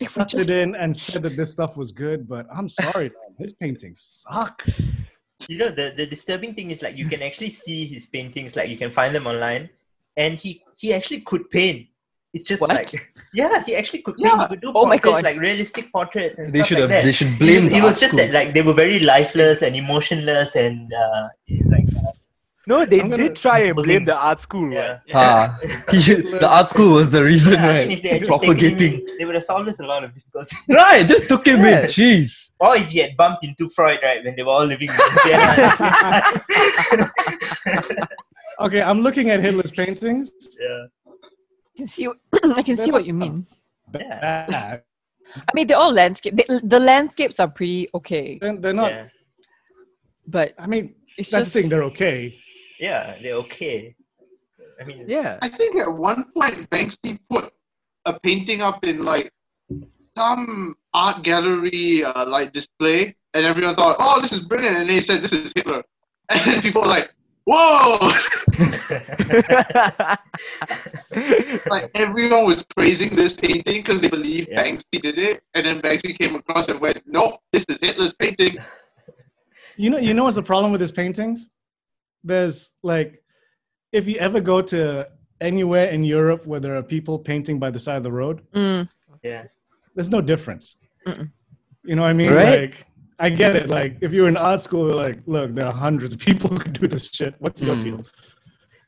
B: If we
E: sucked
B: just-
E: it in and said that this stuff was good, but I'm sorry, man, his paintings suck.
A: you know the, the disturbing thing is like you can actually see his paintings like you can find them online and he he actually could paint it's just
B: What?
A: like yeah he actually could paint
D: Yeah.
A: he could do
B: Oh my
A: portraits
B: God.
A: like realistic portraits and
F: they
A: stuff
F: should have
A: like that
F: they should
A: It-
F: blame the
A: it was
F: art
A: just
F: school.
A: that like they were very lifeless and emotionless and uh, like
C: no, they
E: I'm gonna-
C: did try and blame
A: Buzzing.
C: the art school.
A: yeah.
C: right?
F: Ah, he- the art school was the reason,
A: Yeah, I mean, if they had
F: right?
A: just taken him
F: Propagating.
A: in, they would have solved us a lot of difficulties.
F: Right, just took him in.
C: Yeah.
F: Jeez.
A: Or if he had bumped into Freud, right, when they were all living in Vienna.
E: Okay, I'm looking at Hitler's paintings.
A: yeah.
B: I can see. I can see what you mean.
A: Yeah.
E: Bad.
B: I mean, they're all landscape. They, the landscapes are pretty okay,
E: They're, they're not.
A: yeah,
B: but
E: I mean,
B: it's
E: that's
B: just
E: the thing. They're okay.
A: yeah, they're okay. I mean,
C: Yeah.
D: I think at one point Banksy put a painting up in like some art gallery uh, like display, and everyone thought, "Oh, this is brilliant," and they said, "This is Hitler," and then people were like, whoa!
C: yeah,
D: like everyone was praising this painting because they believed
A: Yeah.
D: Banksy did it, and then Banksy came across and went, "Nope, this is Hitler's painting."
E: You know, you know what's the problem with his paintings? There's like, if you ever go to anywhere in Europe where there are people painting by the side of the road,
B: Mm.
A: yeah.
E: there's no difference.
B: Mm-mm.
E: You know what I mean?
C: Right.
E: Like, I get it. Like, if you're in art school, you're like, look, there are hundreds of people who can do this shit. What's your
A: Hmm.
B: Mm.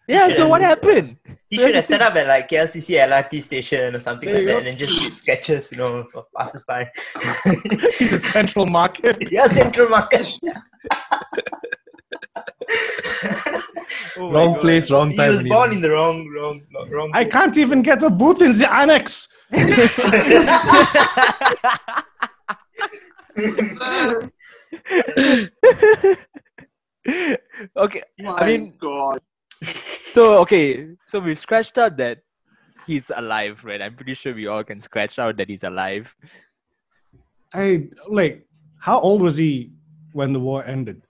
E: deal?
C: so what happened?
A: He should have set up at like KLCC LRT station or something
E: There
A: like
E: you
A: that
E: go.
A: and then just shoot sketches, you know, of passes by.
E: He's at Central Market.
A: yeah, Central Market. Oh my
F: Wrong
A: God.
F: place, wrong
A: He
F: time,
A: was
F: Leon.
A: born in the wrong, wrong, wrong- wrong.
E: I
A: place.
E: can't even get a booth in the annex.
D: Oh
C: okay,
D: my
C: I mean,
D: God,
C: so okay, so we've scratched out that he's alive, right? I'm pretty sure we all can scratch out that he's alive.
E: I like. How old was he when the war ended?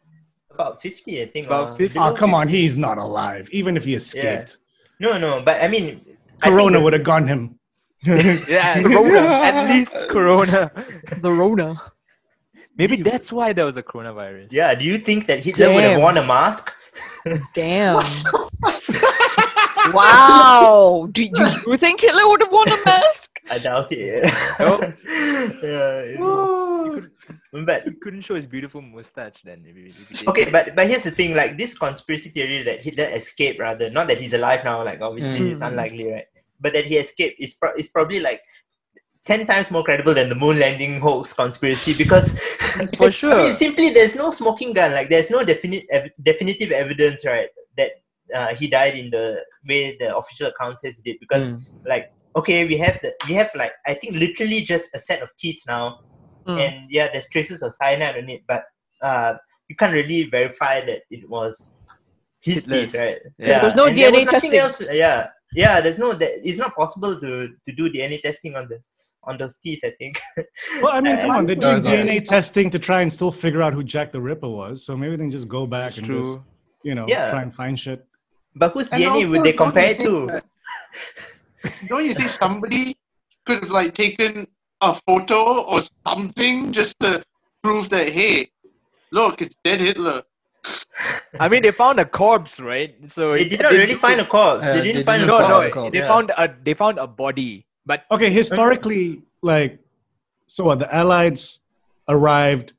A: About 50, I think.
C: About
A: or-
C: 50.
E: Oh, come on, he's not alive. Even if he escaped,
A: No, no, but I mean. I think
E: Corona
A: that-
E: would have gone him.
C: Yeah, Corona. At least Corona.
B: The Rona.
C: Maybe that's why there was a coronavirus.
A: Yeah, do you think that Hitler would have
B: Damn.
A: worn a mask?
B: Damn. wow. Do you, you think Hitler would have worn a mask?
A: I doubt it.
C: Nope.
A: yeah, you know. but
C: He couldn't show his beautiful mustache then. If he, if he did.
A: okay, but but here's the thing: like this conspiracy theory that Hitler escaped, rather not that he's alive now. Like obviously,
B: Mm.
A: it's unlikely, right? But that he escaped is pro- is probably like ten times more credible than the moon landing hoax conspiracy because
C: for
A: I
C: sure.
A: mean, simply there's no smoking gun. Like there's no definite ev- definitive evidence, right? That uh, he died in the way the official account says he did because
D: Hmm.
A: like okay we have the we have like i think literally just a set of teeth now
D: Hmm.
B: Mm.
A: and yeah there's traces of cyanide on it but uh you can't really verify that it was his
C: Hitler's.
A: teeth right
C: Yeah.
B: There was no
A: And there
B: DNA
A: was nothing
B: testing.
A: else- yeah yeah there's no that it's not possible to to do dna testing on the on those teeth i think
E: Well, I mean, come on, they're doing
F: Guys, I-
E: DNA testing to try and still figure out who Jack the Ripper was. So maybe they can just go back
C: It's
E: and just,
C: true.
E: you know,
A: Yeah.
E: try and find shit.
A: but whose
D: And
A: dna
D: also,
A: would they
D: don't you
A: compare it
D: think
A: to
D: that- don't you think somebody could have like taken a photo or something just to prove that hey, look, it's dead Hitler.
C: I mean, they found a corpse, right? So
A: they
C: it-
A: did not
C: they-
A: really find a corpse
F: Yeah,
A: they
F: they
A: didn't find a
C: No,
F: didn't found
C: no.
F: a
A: corpse
F: corpse.
C: They
A: Yeah.
C: found a they found a body, but
E: Okay, historically, like, so what? The Allies arrived,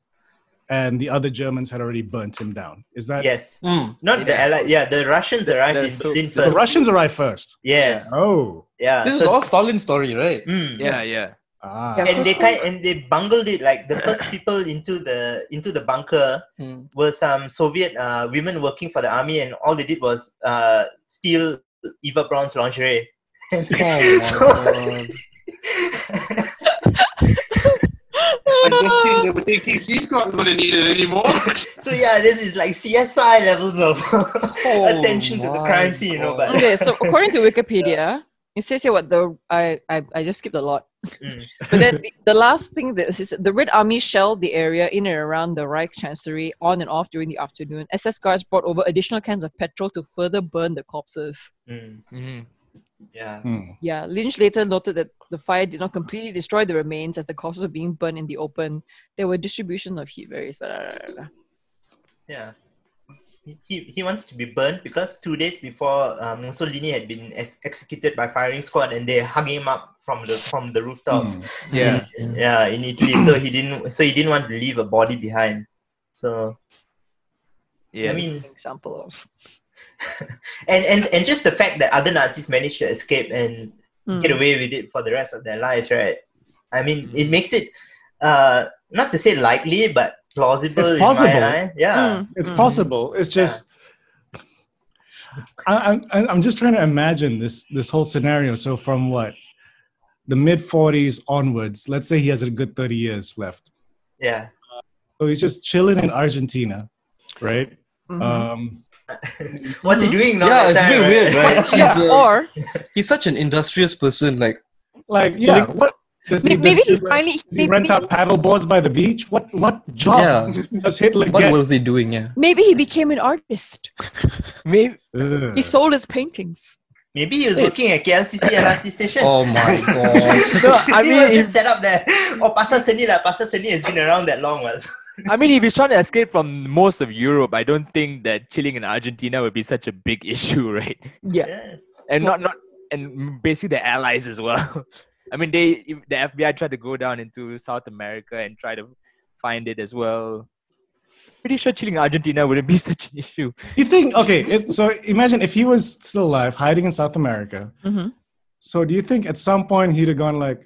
E: and the other Germans had already burnt him down. Is that
A: yes
F: Mm.
A: not the
C: Yeah.
A: Allies. yeah the russians arrived
C: the
A: in
C: so-
A: berlin
C: the
E: the
A: first
E: Russians arrived first?
A: yes
E: Oh,
A: yeah
F: This is
A: so-
F: all Stalin's story, right?
A: Mm.
C: yeah, yeah.
E: ah,
B: Yeah.
A: and they kind and they bungled it like the first people into the into the bunker
F: Mm.
A: were some Soviet uh, women working for the army, and all they did was uh, steal Eva Braun's lingerie.
F: Oh my god.
D: I just think they were thinking she's not going to need it anymore.
A: so yeah, this is like CSI levels of attention to the
F: my
A: crime scene, you know.
F: God.
A: But
B: okay, so according to Wikipedia, it says here what the I I, I just skipped a lot.
A: Mm.
B: But then the, the last thing that is the Red Army shelled the area in and around the Reich Chancellery on and off during the afternoon. SS guards brought over additional cans of petrol to further burn the corpses.
A: Mm,
C: Mhm.
A: yeah,
E: Hmm.
B: Yeah, Lynch later noted that the fire did not completely destroy the remains as the corpses were being burned in the open. There were distribution of heat various. uh, Blah, blah, blah, blah.
A: yeah. He, he wanted to be burnt because two days before uh, Mussolini had been ex- executed by firing squad, and they hung him up from the from the rooftops.
E: Hmm.
C: Yeah.
A: yeah in italy so he didn't so he didn't want to leave a body behind so
C: Yes.
A: I mean-
B: Example of.
A: and and and just the fact that other nazis managed to escape and
B: Hmm.
A: get away with it for the rest of their lives right i mean
C: Mm.
A: it makes it uh not to say likely but plausible in
E: It's
A: my
E: possible.
A: eye. yeah
B: Hmm,
E: It's
B: hmm.
E: possible. It's just I, I'm I'm I'm just trying to imagine this this whole scenario. So from what the mid 40s onwards, let's say he has a good 30 years left.
A: yeah
E: So he's just chilling in Argentina, right?
B: Mhm.
E: Um,
A: what's he doing now
F: yeah,
A: that
F: it's a
A: time,
F: bit
A: right?
F: weird, right? He's, uh,
B: or
F: he's such an industrious person. Like,
E: like yeah, what Does
B: May-
E: does
B: maybe he
E: Hitler-
B: finally
E: does he rent out paddle boards by the beach? What what job
F: Yeah.
E: does Hitler
F: What
E: get?
F: was he doing? Yeah.
B: Maybe he became an artist.
C: Maybe
E: Ugh.
B: He sold his paintings.
A: Maybe he was working at KLCC LRT station.
F: Oh my god.
C: no, I
A: he
C: mean,
A: was
C: if,
A: just set up there. Or Pasar Seni lah. Pasar Seni has been around that long. Was.
C: I mean, if he's trying to escape from most of Europe, I don't think that chilling in Argentina would be such a big issue, right?
B: Yeah.
A: Yeah.
C: And not not and basically the allies as well. I mean, they if the FBI tried to go down into South America and try to find it as well. Pretty sure chilling in Argentina wouldn't be such an issue.
E: You think okay? It's, so imagine if he was still alive, hiding in South America.
B: Mhm.
E: So do you think at some point he'd have gone like,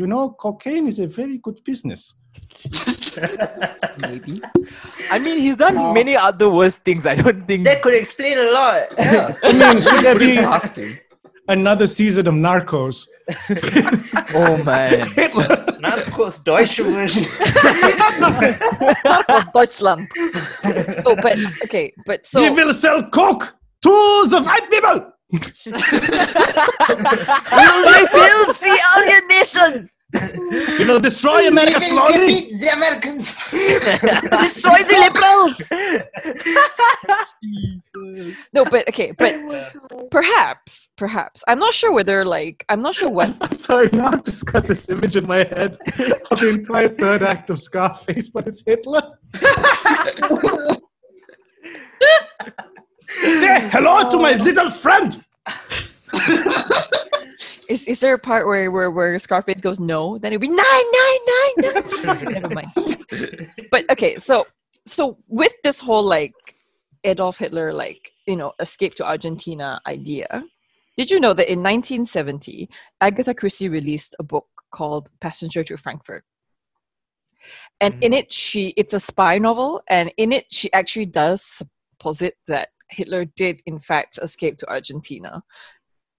E: you know, cocaine is a very good business.
B: Maybe.
C: I mean, he's done many other worse things. I don't think.
A: That could explain a lot.
F: Yeah.
E: I mean, should there
F: Put it
E: be
F: past him.
E: another season of Narcos?
C: Oh man.
E: Hitler.
A: Narcos Deutsche version.
B: That was Deutschland. oh, but okay, but so
E: we will sell coke to the white people. we will destroy America slowly.
A: the Americans.
B: destroy the liberals. No, but okay, but perhaps, perhaps I'm not sure whether like I'm not sure what.
E: I'm sorry, now I've just got this image in my head of the entire third act of Scarface, but it's Hitler. Say hello to my little friend.
B: Is, is there a part where, where where Scarface goes no? Then it'd be nine nine nine nine. Never mind. But okay, so so with this whole like Adolf Hitler like you know escape to Argentina idea, did you know that in 1970 Agatha Christie released a book called Passenger to Frankfurt, and in it she it's a spy novel, and in it she actually does posit that Hitler did in fact escape to Argentina.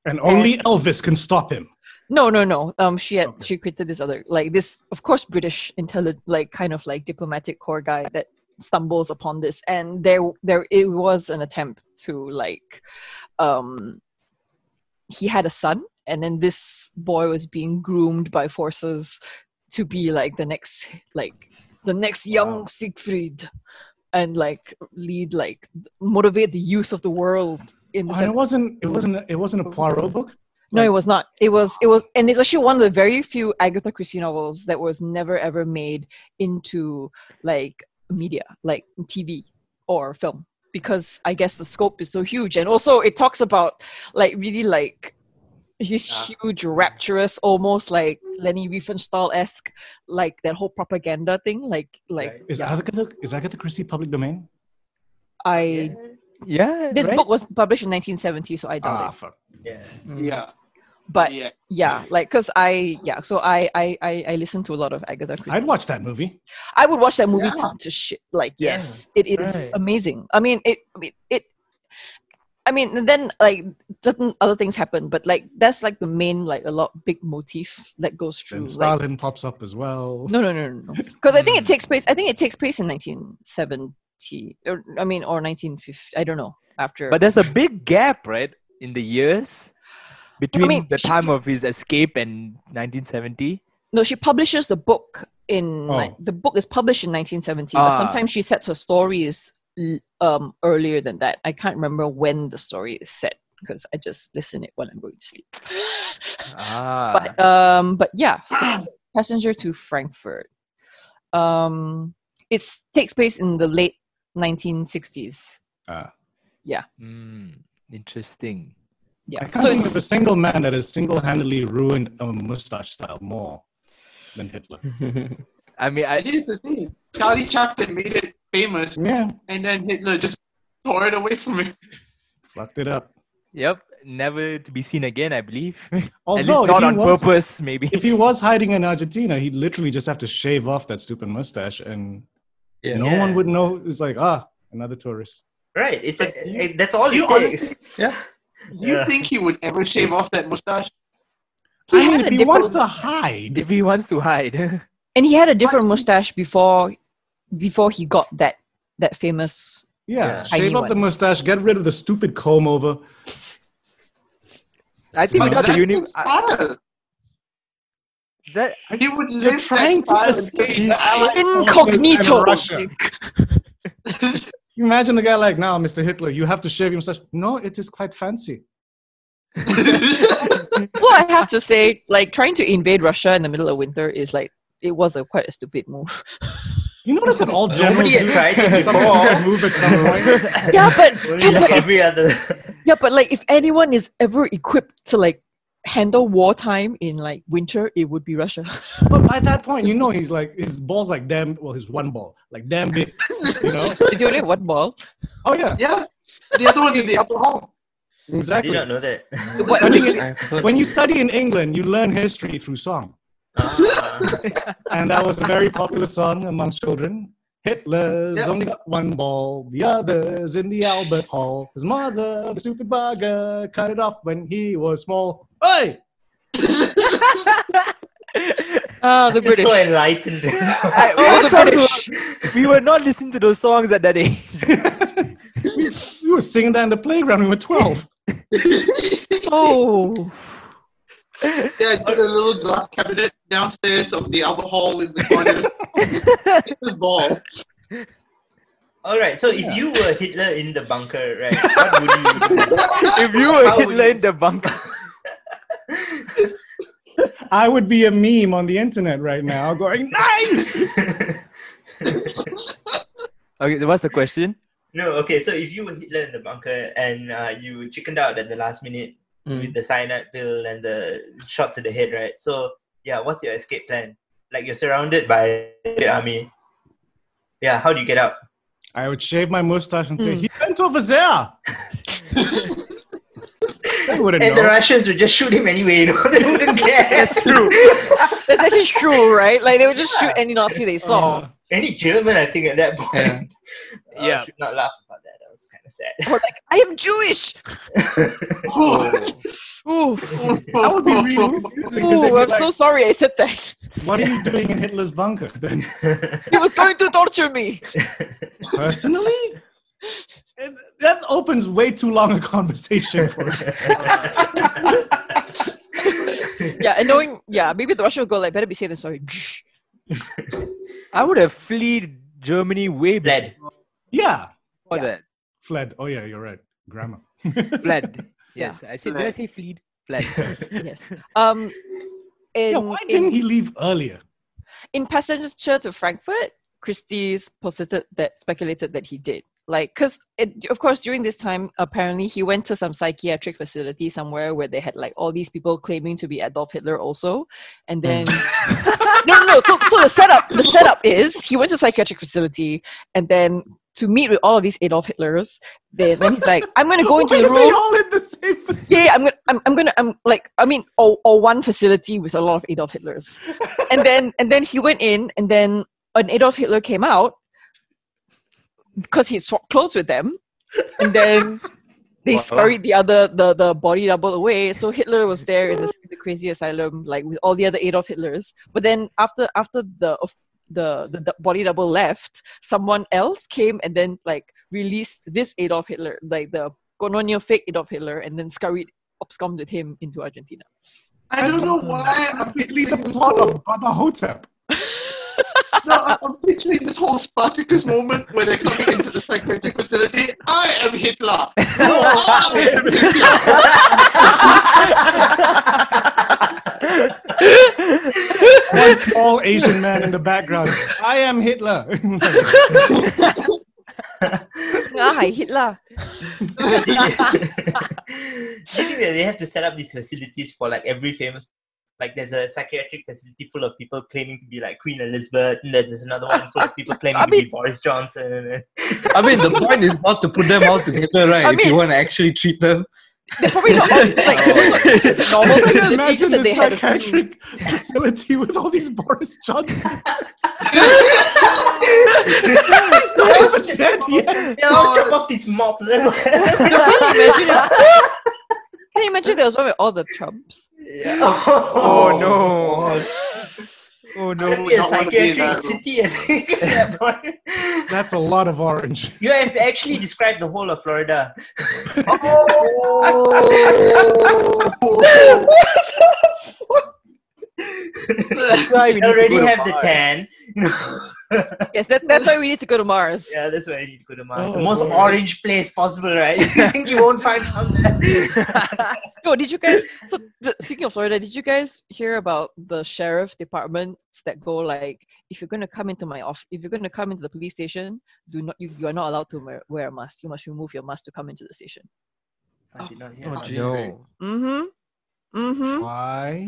E: And only Elvis can stop him.
B: No, no, no. Um, she had
E: Okay.
B: she created this other like this, of course, British intelli like kind of like diplomatic corps guy that stumbles upon this, and there there it was an attempt to like, um, he had a son, and then this boy was being groomed by forces to be like the next like the next young Siegfried, and like lead like motivate the youth of the world in the
E: And it wasn't. It wasn't. It wasn't a Poirot book.
B: no, it was not. It was it was and it's actually one of the very few Agatha Christie novels that was never ever made into like media, like TV or film because I guess the scope is so huge and also it talks about like really like this
A: Ah.
B: huge rapturous almost like Lenny Riefenstahl-esque like that whole propaganda thing like like
A: Right.
E: Is Agatha? Is Agatha Christie public domain?
B: I
C: Yeah.
B: this
C: right?
B: book was published in 1970 so I doubt
E: Ah,
B: it
E: fuck.
A: Yeah.
D: Yeah.
B: but
D: yeah.
B: yeah like because i yeah so I, I i i listen to a lot of agatha christie
E: I'd watch that movie.
B: i would watch that movie
D: Yeah.
B: to, to shit like
C: Yeah,
B: yes it is
C: right.
B: amazing i mean it i mean it i mean and then like certain other things happen but like that's like the main like a lot big motif that goes through
E: And
B: like,
E: Stalin pops up as well.
B: no no no no because i think it
C: Mm.
B: takes place i think it takes place in 1970 or i mean or 1950 i don't know after
C: But there's a big gap, right, in the years between
B: mean,
C: the
B: she-
C: time of his escape and 1970.
B: No, she publishes the book in
E: Oh.
B: like, the book is published in 1970, but
C: Ah.
B: sometimes she sets her stories l- um, earlier than that. I can't remember when the story is set because I just listen it when I'm going to sleep.
C: Ah.
B: but um, but yeah, so passenger to Frankfurt. Um, it takes place in the late 1960s.
E: Uh,
C: Mm, interesting.
E: I
B: Yeah,
E: can't
B: so
E: think of
B: it's
E: a single man that has single-handedly ruined a mustache style more than Hitler.
F: Hmm.
C: I mean,
D: It
C: I,
D: is the thing. Charlie Chaplin made it famous,
E: Yeah,
D: and then Hitler just tore it away from him.
E: fucked it up.
C: yep, never to be seen again, I believe. At least
E: Although if
C: not
E: he
C: on
E: was,
C: purpose, maybe.
E: if he was hiding in Argentina, he'd literally just have to shave off that stupid mustache, and
F: Yeah.
E: no one would know. It's like ah, another tourist.
A: Right. It's a, it- that's all
D: You
A: it takes.
D: You
A: Yeah.
D: think he would ever shave off that mustache?
B: He
E: I
B: had
E: mean,
B: a
E: if he wants to
B: different-
E: hide,
C: If he wants to hide.
B: and he had a different mustache before before he got that that famous
E: yeah,
A: Yeah.
E: shave
B: Tiny
E: up the
B: one.
E: mustache, get rid of the stupid comb over.
C: I think
E: But
C: without the
D: That's
C: uni-
D: his
C: I-
D: style.
C: that
D: He would
E: You're
D: live
E: trying
D: that
E: to
D: far
E: escape.
D: away. I
B: Incognito.
E: And Russia. You imagine the guy like, now, Mr. Hitler, you have to shave your mustache. No, it is quite fancy.
D: like-
B: well, I have to say, like trying to invade Russia in the middle of winter is like it was a quite a stupid move.
E: You notice that all generals
A: Nobody had
E: do that?
A: tried it
E: Some stupid
A: before.
E: move at some point.
B: yeah, but
A: Only
B: yeah, but if,
A: every other.
B: yeah, but like if anyone is ever equipped to like handle wartime in like winter, it would be Russia.
E: But by that point, you know he's like his ball's like damn. Well, his one ball like damn big. You know?
B: Is it only one ball?
E: Oh yeah,
D: yeah. The other one's in the upper hall.
A: I
E: exactly.
A: did not know that.
E: Studying in-
F: I've heard-
E: when you study in England, you learn history through song,
A: Ah.
E: and that was a very popular song amongst children. Hitler's
D: Yep.
E: only got one ball. The others in the Albert Hall. His mother, the stupid bugger, cut it off when he was small. Hey,
B: Ah, the
A: You're
B: British.
A: so enlightened.
C: I,
B: Oh, the
C: what songs
B: British.
C: were- we were not listening to those songs at that age.
E: we were singing that in the playground. when We were twelve.
B: Oh,
D: Yeah, I got a little glass cabinet downstairs of the upper hall in the corner. Hit this ball.
A: All right. So if you were Hitler in the bunker, right? What would you do?
C: if you were
A: How would
C: Hitler
A: you-
C: in the bunker,
E: I would be a meme on the internet right now, going nine.
C: okay, what's the question?
A: no. Okay. So if you were Hitler in the bunker and uh, you chickened out at the last minute
F: Mm.
A: with the cyanide pill and the shot to the head, right? So yeah, what's your escape plan? Like you're surrounded by the army. Yeah. How do you get out?
E: I would shave my mustache and say,
B: Mm.
E: "He went over there." they wouldn't
A: And the
E: know.
A: Russians would just shoot him anyway. You know? They wouldn't care.
C: true.
B: that's actually true, right? Like they would just shoot any Nazi they saw.
A: Any German, I think, at that point.
F: Yeah.
A: Uh,
C: Yeah.
A: should not laugh about that. That was kind of sad.
E: Oh.
B: Or like, I am Jewish. Ooh,
E: That would be really confusing. 'cause they'd
B: ooh
E: be
B: I'm
E: like,
B: so sorry I said that.
E: what are you doing in Hitler's bunker then?
B: He was going to torture me.
E: Personally? It- That opens way too long a conversation for us.
B: Yeah, and knowing, yeah, maybe the Russian would go like, better be safe than sorry.
C: I would have fled Germany way before
A: Fled.
E: Yeah.
C: that.
E: Fled. Oh, yeah, you're right. Grammar.
C: Fled.
B: Yeah.
C: Yes, I said. Did I say fled? Fled.
B: yes. Um, in,
E: yeah, why
B: in,
E: didn't he leave earlier?
B: in Passenger to Frankfurt, Christie's posited that speculated that he did. Like, because of course, during this time, apparently he went to some psychiatric facility somewhere where they had like all these people claiming to be Adolf Hitler also. And
E: Hmm.
B: then, no, no, no. So, so the setup, the setup is he went to psychiatric facility and then to meet with all of these Adolf Hitlers. Then, then he's like, I'm going to go into
E: Why
B: the
E: did they
B: room.
E: all in the same facility?
B: Yeah, yeah, I'm gonna, I'm, I'm gonna, I'm like, I mean, or, or one facility with a lot of Adolf Hitlers, and then and then he went in, and then an Adolf Hitler came out because he swapped clothes with them, and then they
A: Wow.
B: scurried the other the the body double away. So Hitler was there in the, the crazy asylum, like with all the other Adolf Hitlers. But then after after the the, the, the body double left, someone else came and then like released this Adolf Hitler, like the colonial fake Adolf Hitler, and then scurried abscond with him into Argentina.
D: I don't know why I'm
E: Basically, the
D: picturing, this
E: plot
D: whole,
E: of Baba Hotep.
D: no, I- I'm picturing this whole Spartacus moment where they're coming into the psychiatric facility. I am Hitler. No, I am Hitler.
E: One small Asian man in the background. I am Hitler.
B: ah, hi, Hitler.
A: Do you think that they have to set up these facilities for like every famous? Like there's a psychiatric facility full of people claiming to be like Queen Elizabeth, and then there's another one full of people claiming
B: I
A: to be
B: mean-
A: Boris Johnson. and-
F: I mean, the point is not to put them all together, right?
B: I
F: if
B: mean-
F: you want to actually treat them.
B: They're probably not all, like, it's just a normal
E: Oh, Can you
B: facility,
E: imagine
B: just that
E: the
B: they had a few-
E: psychiatric facility with all these Boris Johnson? He's not even dead yet.
A: Yeah, I'll chop off these mobs.
B: Can you imagine? Can you imagine there was one with all the Trumps?
A: Yeah.
C: Oh, no! Oh
A: That'd
C: no!
A: be a
D: not wanna be in that
A: psychiatric
D: room.
A: city, I think. at that point.
E: That's a lot of orange.
A: you have actually described the whole of Florida.
D: Oh.
A: we
C: why we need to
A: already
C: go to
A: have the
C: Mars.
A: tan.
B: Yes, that, that's why we need to go to Mars.
A: yeah, that's why I need to go to Mars. the
F: Oh,
A: most
F: boy.
A: orange place possible, right? you think you won't find something?
B: Yo, did you guys? So the, speaking of Florida, did you guys hear about the sheriff departments that go like, if you're gonna come into my off, if you're gonna come into the police station, do not you, you are not allowed to wear, wear a mask. You must remove your mask to come into the station.
A: I did not hear
F: Oh,
A: that.
F: geez.
C: no.
B: Mm-hmm. Mm-hmm.
E: Why?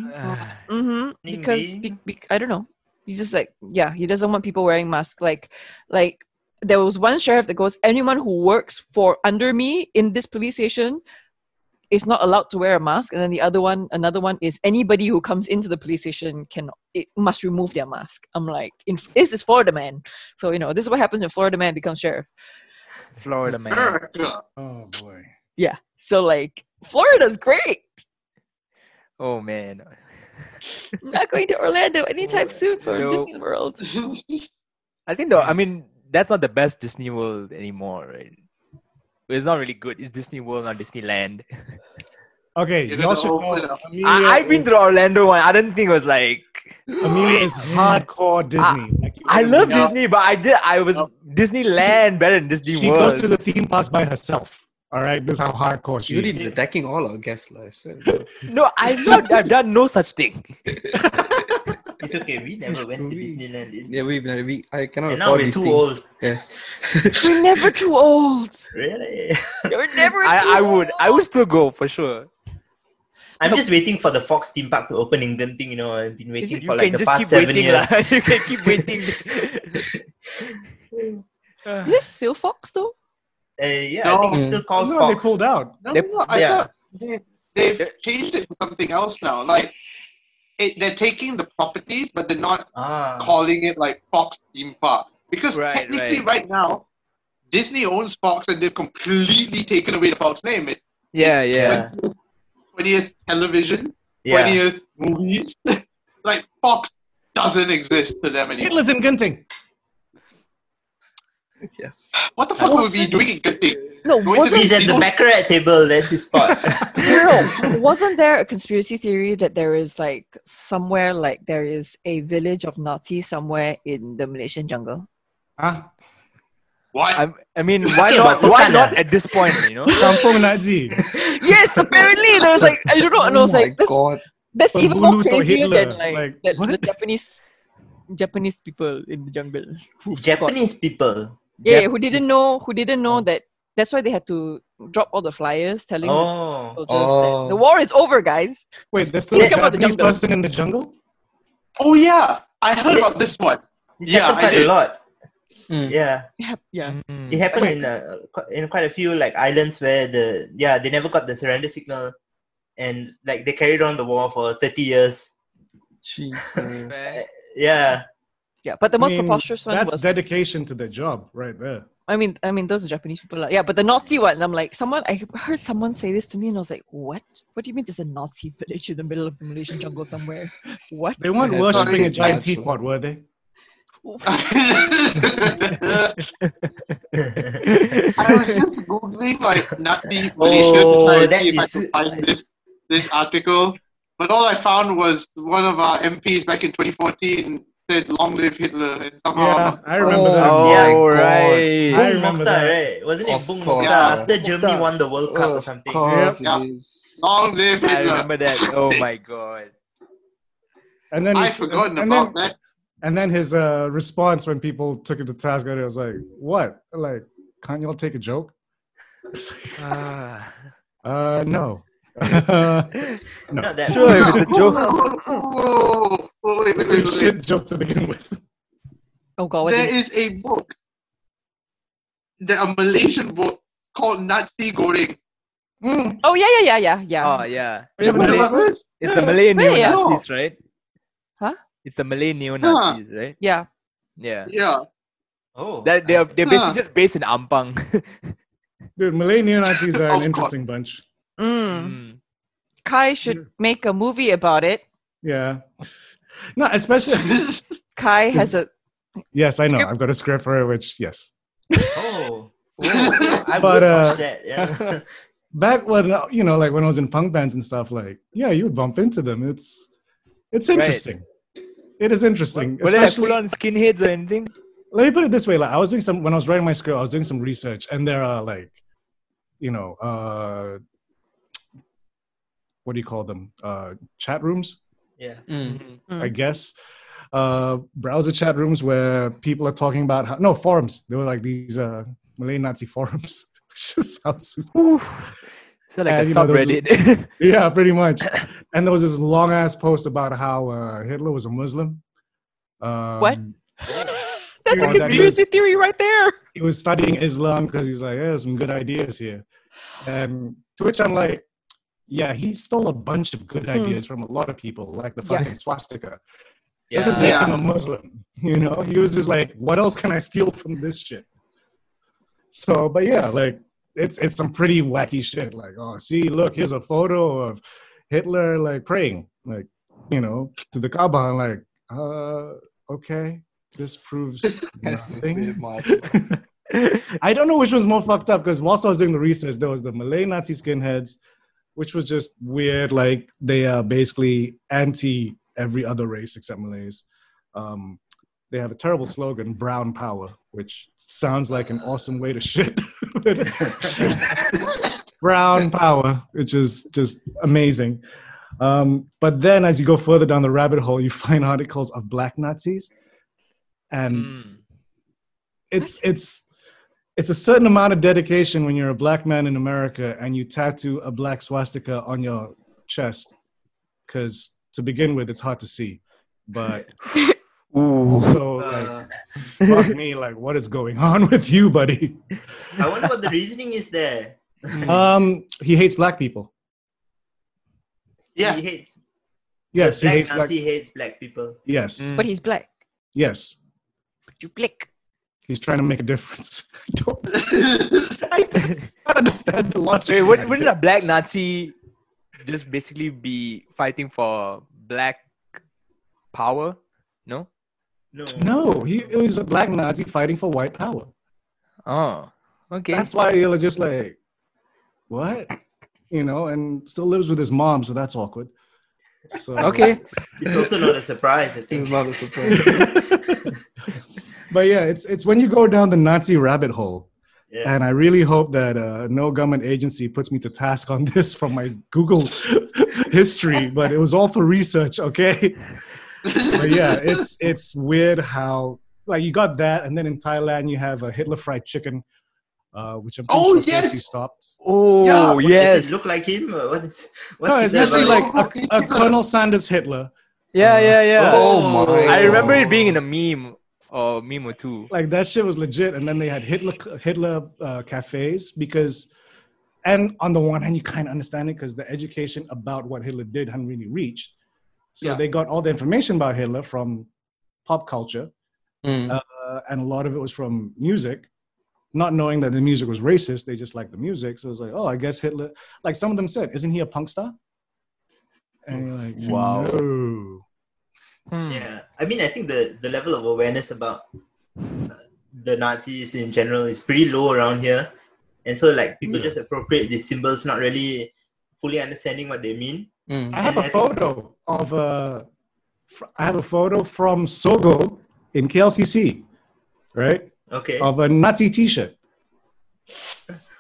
B: Mm-hmm.
A: Ding
B: Because
A: ding.
B: be, be, I don't know. He just like yeah, he doesn't want people wearing masks. Like, like there was one sheriff that goes, anyone who works for under me in this police station is not allowed to wear a mask. And then the other one, another one is anybody who comes into the police station can it must remove their mask. I'm like, in, this is Florida man. So you know, this is what happens when Florida man becomes sheriff.
C: Florida man.
D: America.
E: Oh boy.
B: Yeah. So like, Florida's great.
C: Oh man.
B: I'm not going to Orlando anytime soon for
C: No.
B: Disney World.
C: I think though I mean that's not the best Disney World anymore, right? It's not really good. It's Disney World, not Disneyland.
E: Okay,
D: You're
E: y'all
D: gonna
E: should
D: open
E: know.
D: up.
E: Amelia
C: I, I've been
E: is-
C: to the Orlando one. I don't think it was like
E: Amelia is hardcore Disney. Like, you
C: I
E: know,
C: love
D: No.
C: Disney, but I did. I was
D: No.
C: Disneyland better than Disney
E: She
C: World.
E: goes to the theme parks by herself. All right, this is how hardcore she
F: Yuri
E: is.
F: is attacking all our guests. lah, I swear.
C: no, I've not. I've done no such thing.
A: It's okay. We never went to
F: We-
A: Disneyland. did we?
F: Yeah, we, we I cannot
A: And now
F: afford
A: we're
F: these
A: too
F: things.
A: old.
F: Yes.
B: You're never too old.
A: Really?
B: You're never too
C: I, I would. I
B: old.
C: would still go for sure.
A: I'm just waiting for the Fox theme park to open in Genting. You know, I've been
C: You
A: waiting for
C: can
A: like the
C: just
A: past
C: keep
A: seven
C: waiting, lah.
A: years.
C: You can keep waiting.
B: Is this still Fox though?
A: Uh, yeah, I
D: No.
A: think it's still called
E: no,
A: Fox.
E: they pulled out.
D: No,
C: They-
D: no, I
A: yeah.
D: thought they, they've
C: They-
D: changed it to something else now. Like, it, they're taking the properties, but they're not
A: Ah.
D: calling it like Fox Theme Park because
C: Right,
D: technically, right. now, Disney owns Fox, and they've completely taken away the Fox name. It's
C: yeah, yeah.
D: 20th Television,
A: yeah.
D: 20th Movies. like Fox doesn't exist to them anymore.
E: Hitler's in Gunting.
F: Yes.
D: What the fuck would we be doing in Genting?
B: No,
D: Going to
B: wasn't
D: these-
A: He's at the Baccarat table. That's his spot.
B: no, no, wasn't there a conspiracy theory that there is like somewhere like there is a village of Nazis somewhere in the Malaysian jungle?
E: Huh?
D: What?
C: I, I mean, why
A: Talking
C: not?
A: about
C: Why
A: Tokana.
C: not at this point? You know.
E: Kampung Nazi.
B: Yes, apparently there was like I don't know, Oh, and I was
F: Oh my
B: like that's,
F: god.
B: that's even
E: Pembunuh
B: more
E: to
B: crazier
E: Hitler,
B: than like,
E: like,
B: the, the
E: what?
B: Japanese Japanese people in the jungle. who forgot.
A: Japanese people.
B: yeah,
A: Jap-
B: who didn't know who didn't know that that's why they had to drop all the flyers telling the
A: Oh.
B: soldiers that the
F: Oh.
B: war is over, guys.
E: Wait, there's still a
B: Think about the
E: Japanese
B: jungle.
E: person in the jungle?
D: oh yeah, I heard about this one.
A: This
D: Yeah,
A: happened
D: I
A: quite a
D: did.
A: lot.
F: Mm.
A: Yeah.
B: Yeah, yeah.
C: Mm.
A: It happened in uh, qu- in quite a few like islands where the yeah they never got the surrender signal, and like they carried on the war for thirty years.
F: Jesus.
A: Yeah,
B: Yeah, but the
E: I
B: most
E: mean,
B: preposterous one
E: That's
B: was.
E: dedication to their job right there.
B: I mean, I mean, those are Japanese people. Like, yeah, but the Nazi one. I'm like, someone. I heard someone say this to me, and I was like, "What? What do you mean? There's a Nazi village in the middle of the Malaysian jungle somewhere? What?
E: They weren't
F: Yeah,
E: worshipping a
F: sorry.
E: giant teapot, were they?
B: Oh,
D: I was just googling like Nazi Malaysia
A: Oh,
D: to try and
A: that
D: see if I
A: is-
D: could find this this article, but all I found was one of our MPs back in 2014 said "Long live Hitler" and somehow
E: Yeah, I remember that.
C: oh
A: Yeah.
C: right.
E: I
A: Bung
E: remember
A: Mokhtar,
E: that.
A: right? Wasn't it
F: Of
A: Bung
F: course,
A: Mokhtar
D: yeah.
A: after Germany
E: Mokhtar.
A: won the World Cup or
F: of
A: something?
F: course
D: Yeah.
F: it is.
D: "Long live Hitler."
C: I remember that. Oh my god.
E: And then
D: I
E: his-
D: forgotten
E: and
D: about
E: then,
D: that.
E: And then his uh, response when people took him to task, I was like, "What? Like, can't y'all take a joke?"
C: Ah.
E: Uh, no. no.
A: Not that.
C: Sure, if it's a
D: Whoa,
C: joke.
D: whoa, whoa, whoa, wait, wait, wait,
E: Good
D: wait.
E: shit joke to begin with.
B: Oh God! What
D: There
B: did,
D: is a book, there a Malaysian book called Nazi Goreng.
E: Mm.
B: oh yeah, yeah, yeah, yeah, yeah.
C: Oh yeah.
E: Yeah,
C: It's the
E: but-
D: Remember
C: Malay,
D: about this?
C: it's the Malay
B: Wait, yeah.
C: neo-Nazis, right?
B: Huh?
C: It's the Malay neo-Nazis, right?
B: yeah.
C: Yeah.
D: Yeah.
A: Oh,
C: That they're they're
D: Huh.
C: basically just based in Ampang.
E: Dude, Malay neo-Nazis are an
D: Of course.
E: interesting bunch.
B: Mm.
C: Mm.
B: Kai
E: Mm.
B: should make a movie about it.
E: Yeah. No, especially.
B: Kai has a.
E: Yes, I know. I've got a script for it, which yes.
A: oh. Oh, I would
E: But, uh,
A: watch that. Yeah.
E: Back when uh, you know, like when I was in punk bands and stuff, like yeah, you would bump into them. It's It's interesting. It is interesting.
C: Were there
E: especially,
C: full on skinheads or anything?
E: let me put it this way: like I was doing some when I was writing my script, I was doing some research, and there are like, you know, uh, what do you call them? Uh, chat rooms,
A: Yeah.
F: Mm.
B: Mm-hmm.
E: I guess. Uh, browser chat rooms where people are talking about how, no forums. They were like these uh, Malay Nazi forums. Which just sounds
C: Is that
E: And,
C: like a
E: you know, those-
C: subreddit?
E: yeah, pretty much. And there was this long ass post about how uh, Hitler was a Muslim. Um,
B: What? That's
E: You
B: a
E: know, that
B: conspiracy
E: is-
B: theory right there.
E: He was studying Islam because he was like, "Yeah, some good ideas here." And to which I'm like, "Yeah, he stole a bunch of good ideas from a lot of people, like the
B: Hmm. Yeah.
E: fucking swastika. Doesn't
A: Yeah.
E: make
D: Yeah.
E: him a Muslim, you know? He was just like, what else can I steal from this shit?" So, but yeah, like it's it's some pretty wacky shit. Like, oh, see, look, here's a photo of Hitler like praying, like you know, to the Kaaba. I'm like, uh, okay, this proves
F: That's a
E: nothing.
F: bit much.
E: I don't know which was more fucked up because whilst I was doing the research, there was the Malay Nazi skinheads, which was just weird. Like they are basically anti every other race except Malays. Um, they have a terrible slogan, "Brown Power," which sounds like an awesome way to shit. Brown Power, which is just amazing. Um, but then, as you go further down the rabbit hole, you find articles of black Nazis, and
C: Hmm.
E: it's it's it's a certain amount of dedication when you're a black man in America and you tattoo a black swastika on your chest because to begin with it's hard to see but
C: Ooh.
E: also like
A: Uh,
E: fuck me like what is going on with you buddy
A: I wonder what the reasoning is there.
E: um he hates black people
D: Yeah.
A: He hates.
E: yes he
A: Black
E: hates
A: Nazi
E: black
A: hates black people.
E: yes
C: Mm.
B: But he's black.
E: yes
B: But you black.
E: he's trying to make a difference i don't i don't understand the logic
C: Wait, wouldn't, wouldn't a black Nazi just basically be fighting for black power? No?
A: No.
E: no he it was a black nazi fighting for white power
C: Oh, okay.
E: That's why you're just like, what? You know, and still lives with his mom, so that's awkward. So,
C: okay.
A: It's also not a surprise, I think.
F: It's not a surprise.
E: But yeah, it's it's when you go down the Nazi rabbit hole,
A: Yeah.
E: and I really hope that uh, no government agency puts me to task on this from my Google history. But it was all for research, okay? But yeah, it's it's weird how like you got that, and then in Thailand you have a Hitler fried chicken, uh, which I'm pretty
D: Oh,
E: sure
D: yes!
E: KFC stopped.
D: Yeah,
C: Oh,
D: what
C: yes.
A: Does it look like him? Or what is, what's
E: No,
A: it
E: it's literally
A: about?
E: like a, a Colonel Sanders Hitler.
C: yeah, yeah, yeah.
F: Oh my
C: I remember it
F: God.
C: being in a meme or meme or two.
E: Like that shit was legit. And then they had Hitler Hitler uh, cafes because, and on the one hand, you kind of understand it because the education about what Hitler did hadn't really reached. So
F: Yeah.
E: they got all the information about Hitler from pop culture,
F: Mm.
E: uh, and a lot of it was from music. Not knowing that the music was racist, they just liked the music. So it was like, oh, I guess Hitler. Like some of them said, "Isn't he a punk star?" And you're like,
C: Wow.
E: "No."
C: Hmm.
A: Yeah, I mean, I think the the level of awareness about uh, the Nazis in general is pretty low around here, and so like people
E: Yeah.
A: just appropriate these symbols, not really fully understanding what they mean.
F: Mm.
E: I have a photo of a. fr- I have a photo from Sogo in KLCC, right?
A: Okay,
E: Of a Nazi T-shirt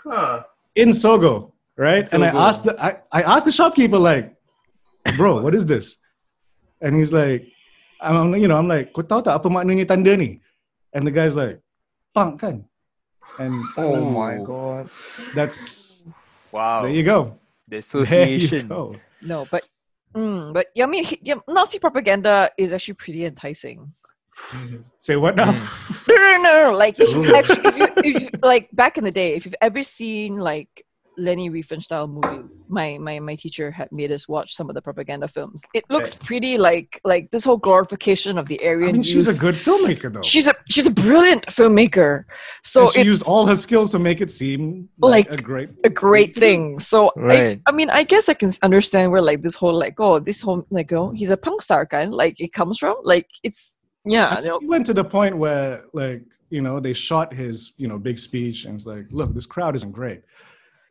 A: huh.
E: in Sogo, right? And I
F: Sogo.
E: asked the I, I asked the shopkeeper like, bro, what is this? And he's like, I'm I'm- you know I'm like, kau tahu tak apa maknanya tanda ni? And the guy's like, punk kan? And
F: Oh my god.
E: that's
C: Wow.
E: there you go.
C: the
E: There you
C: association.
E: go.
B: No, but mm, but yeah, I mean, he- yeah, Nazi propaganda is actually pretty enticing.
E: Say what
C: Hmm.
E: now?
B: No, no, no, no, Like if, you- if, you- if, you, if you, like back in the day, if you've ever seen like Lenny Riefenstahl movies, my my my teacher had made us watch some of the propaganda films. It looks pretty like like this whole glorification of the
E: I
B: Aryan.
E: mean, she's a
B: youth.
E: good filmmaker though.
B: She's a she's a brilliant filmmaker. So
E: and she
B: it's
E: used all her skills to make it seem like,
B: Like-
E: a great.
B: a great thing. So
C: Right.
B: I, I mean, I guess I can s- understand where like this whole like oh this whole like oh he's a punk star guy like it comes from like it's yeah you know,
E: He went to the point where, like, you know, they shot his, you know, big speech, and it's like, look, this crowd isn't great.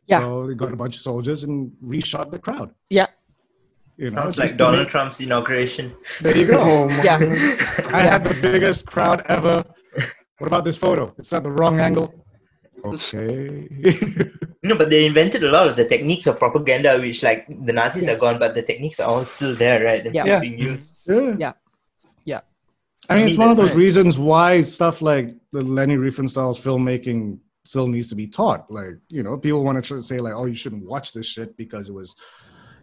B: Yeah.
E: So they got a bunch of soldiers and reshot the crowd. You know,
A: Sounds
E: just
A: like
E: to
A: Donald
E: make-
A: Trump's inauguration.
E: There you go.
F: my
B: Yeah.
F: God.
E: I had the biggest crowd ever. What about this photo? It's at the wrong angle. Okay.
A: No, but they invented a lot of the techniques of propaganda, which like the Nazis
B: Yes.
A: are gone, but the techniques are all still there, right? They're
B: Yeah.
A: still
E: Yeah.
A: being used.
E: yeah.
B: Yeah. Yeah.
E: I mean,
A: I
E: it's
A: mean
E: one of
A: that,
E: those
A: right.
E: reasons why stuff like the Lenny Riefenstahl's filmmaking still needs to be taught. Like, you know, people want to tr- say like, "Oh, you shouldn't watch this shit because it was,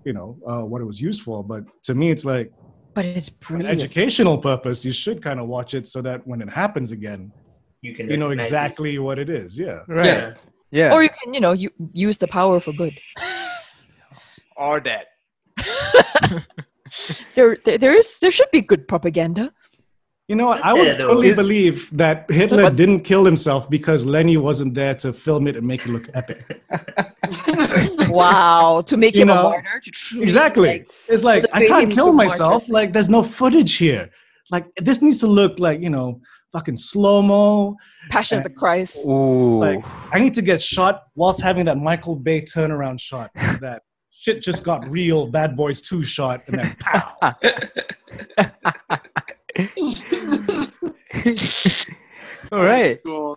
E: you know, uh, what it was used for." But to me, it's like
B: But it's
E: for an
B: brilliant.
E: educational purpose. You should kind of watch it so that when it happens again,
A: You can
E: you know
A: recognize it.
E: exactly what it is. Yeah.
C: Right.
A: Yeah.
C: Yeah.
B: Or you can, you know, you use the power for good.
C: or that.
B: There, there, there is, there should be good propaganda.
E: You know what? I
A: Yeah,
E: would
A: though.
E: totally
A: Is-
E: believe that Hitler
C: But-
E: didn't kill himself because Lenny wasn't there to film it and make it look epic.
B: Wow, to make
E: You
B: him a
E: know,
B: martyr. To truly,
E: Exactly.
B: like-
E: it's like
B: to
E: I
B: create
E: can't
B: him
E: kill
B: to martyr.
E: myself. Like there's no footage here. Like this needs to look like you know fucking slow mo.
B: Passion of the Christ.
C: Ooh.
E: Like- I need to get shot whilst having that Michael Bay turnaround shot. That shit just got real. Bad Boys Two shot and then pow.
C: All right.
D: Cool.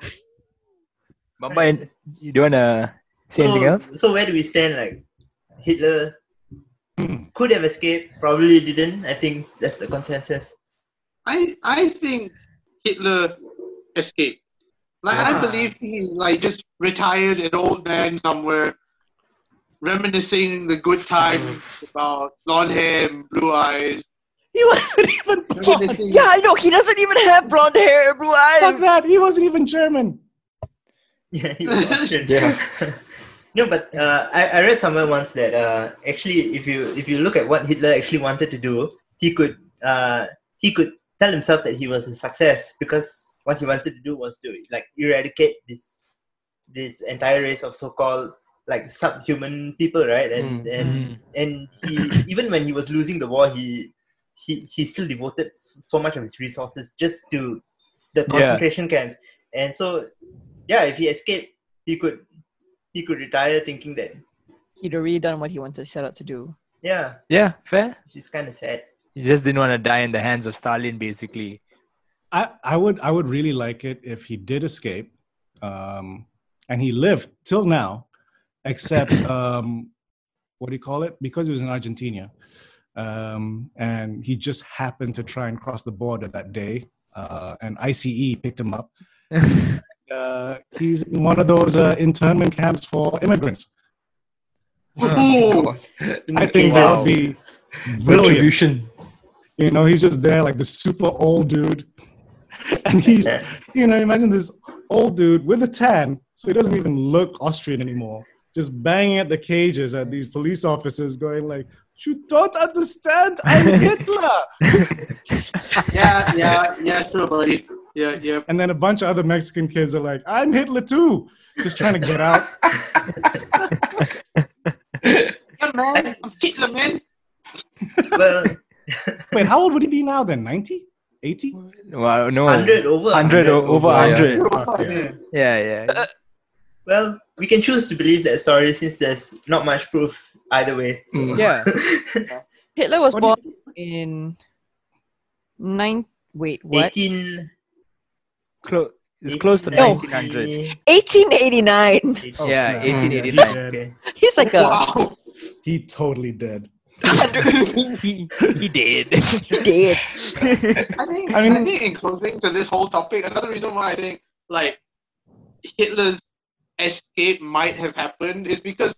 C: Mama, and- you don't wanna say
A: so,
C: anything else?
A: So where do we stand? Like Hitler could have escaped, probably didn't. I think that's the consensus.
D: I I think Hitler escaped. Like I
A: Ah.
D: believe he like just retired an old man somewhere, reminiscing the good times about blonde hair and blue eyes.
E: He wasn't even born.
D: Reminiscing-
B: Oh, Yeah, I know. He doesn't even have blonde hair and blue
E: Fuck
B: eyes.
E: that. He wasn't even German.
A: Yeah, he was Austrian.
F: Yeah.
A: no, but uh, I, I read somewhere once that uh, actually, if you if you look at what Hitler actually wanted to do, he could uh, he could tell himself that he was a success because what he wanted to do was to like eradicate this this entire race of so-called like subhuman people, right? And
F: Mm,
A: and and he even when he was losing the war, he he he still devoted s- so much of his resources just to the concentration camps. And so, yeah, if he escaped, he could he could retire thinking that
B: He'd already done what he wanted to set out to do.
A: yeah,
C: Yeah, fair.
A: which is kind of sad.
C: You just didn't want to die in the hands of Stalin, basically.
E: I, I would I would really like it if he did escape, um, and he lived till now, except um, what do you call it? Because he was in Argentina, um, and he just happened to try and cross the border that day, uh, and ICE picked him up. Uh, he's in one of those uh, internment camps for immigrants.
D: Ooh.
E: I think that would be brilliant.
F: Retribution.
E: You know, he's just there like the super old dude, and he's you know, imagine this old dude with a tan, so he doesn't even look Austrian anymore, just banging at the cages at these police officers, going like, "You don't understand, I'm Hitler."
D: yeah, yeah, yeah, sure, buddy. Yeah, yeah.
E: and then a bunch of other Mexican kids are like, "I'm Hitler too," just trying to get out.
D: Yeah, man, I'm Hitler, man.
A: well,
E: Wait, how old would he be now? Then 90, 80?
C: Wow, no.
A: hundred over
C: 100 o- over
F: over, yeah.
C: 100.
E: Fuck yeah.
C: Yeah, yeah.
A: Well, we can choose to believe that story since there's not much proof either way. so-
F: Mm.
C: Yeah.
B: Hitler was
E: What
B: born in nine. Wait, what?
A: 18,
C: Clo- it's close to
A: 1900.
C: 1900.
B: 1889.
E: Oh,
C: Mm, yeah,
E: snap. Yeah,
C: 1889.
E: he dead.
A: Okay.
B: He's like a
D: Wow.
E: He totally dead.
C: he, he did.
B: dead.
D: I think,
E: I
D: I,
E: mean-
D: think in closing to this whole topic, another reason why I think like Hitler's escape might have happened is because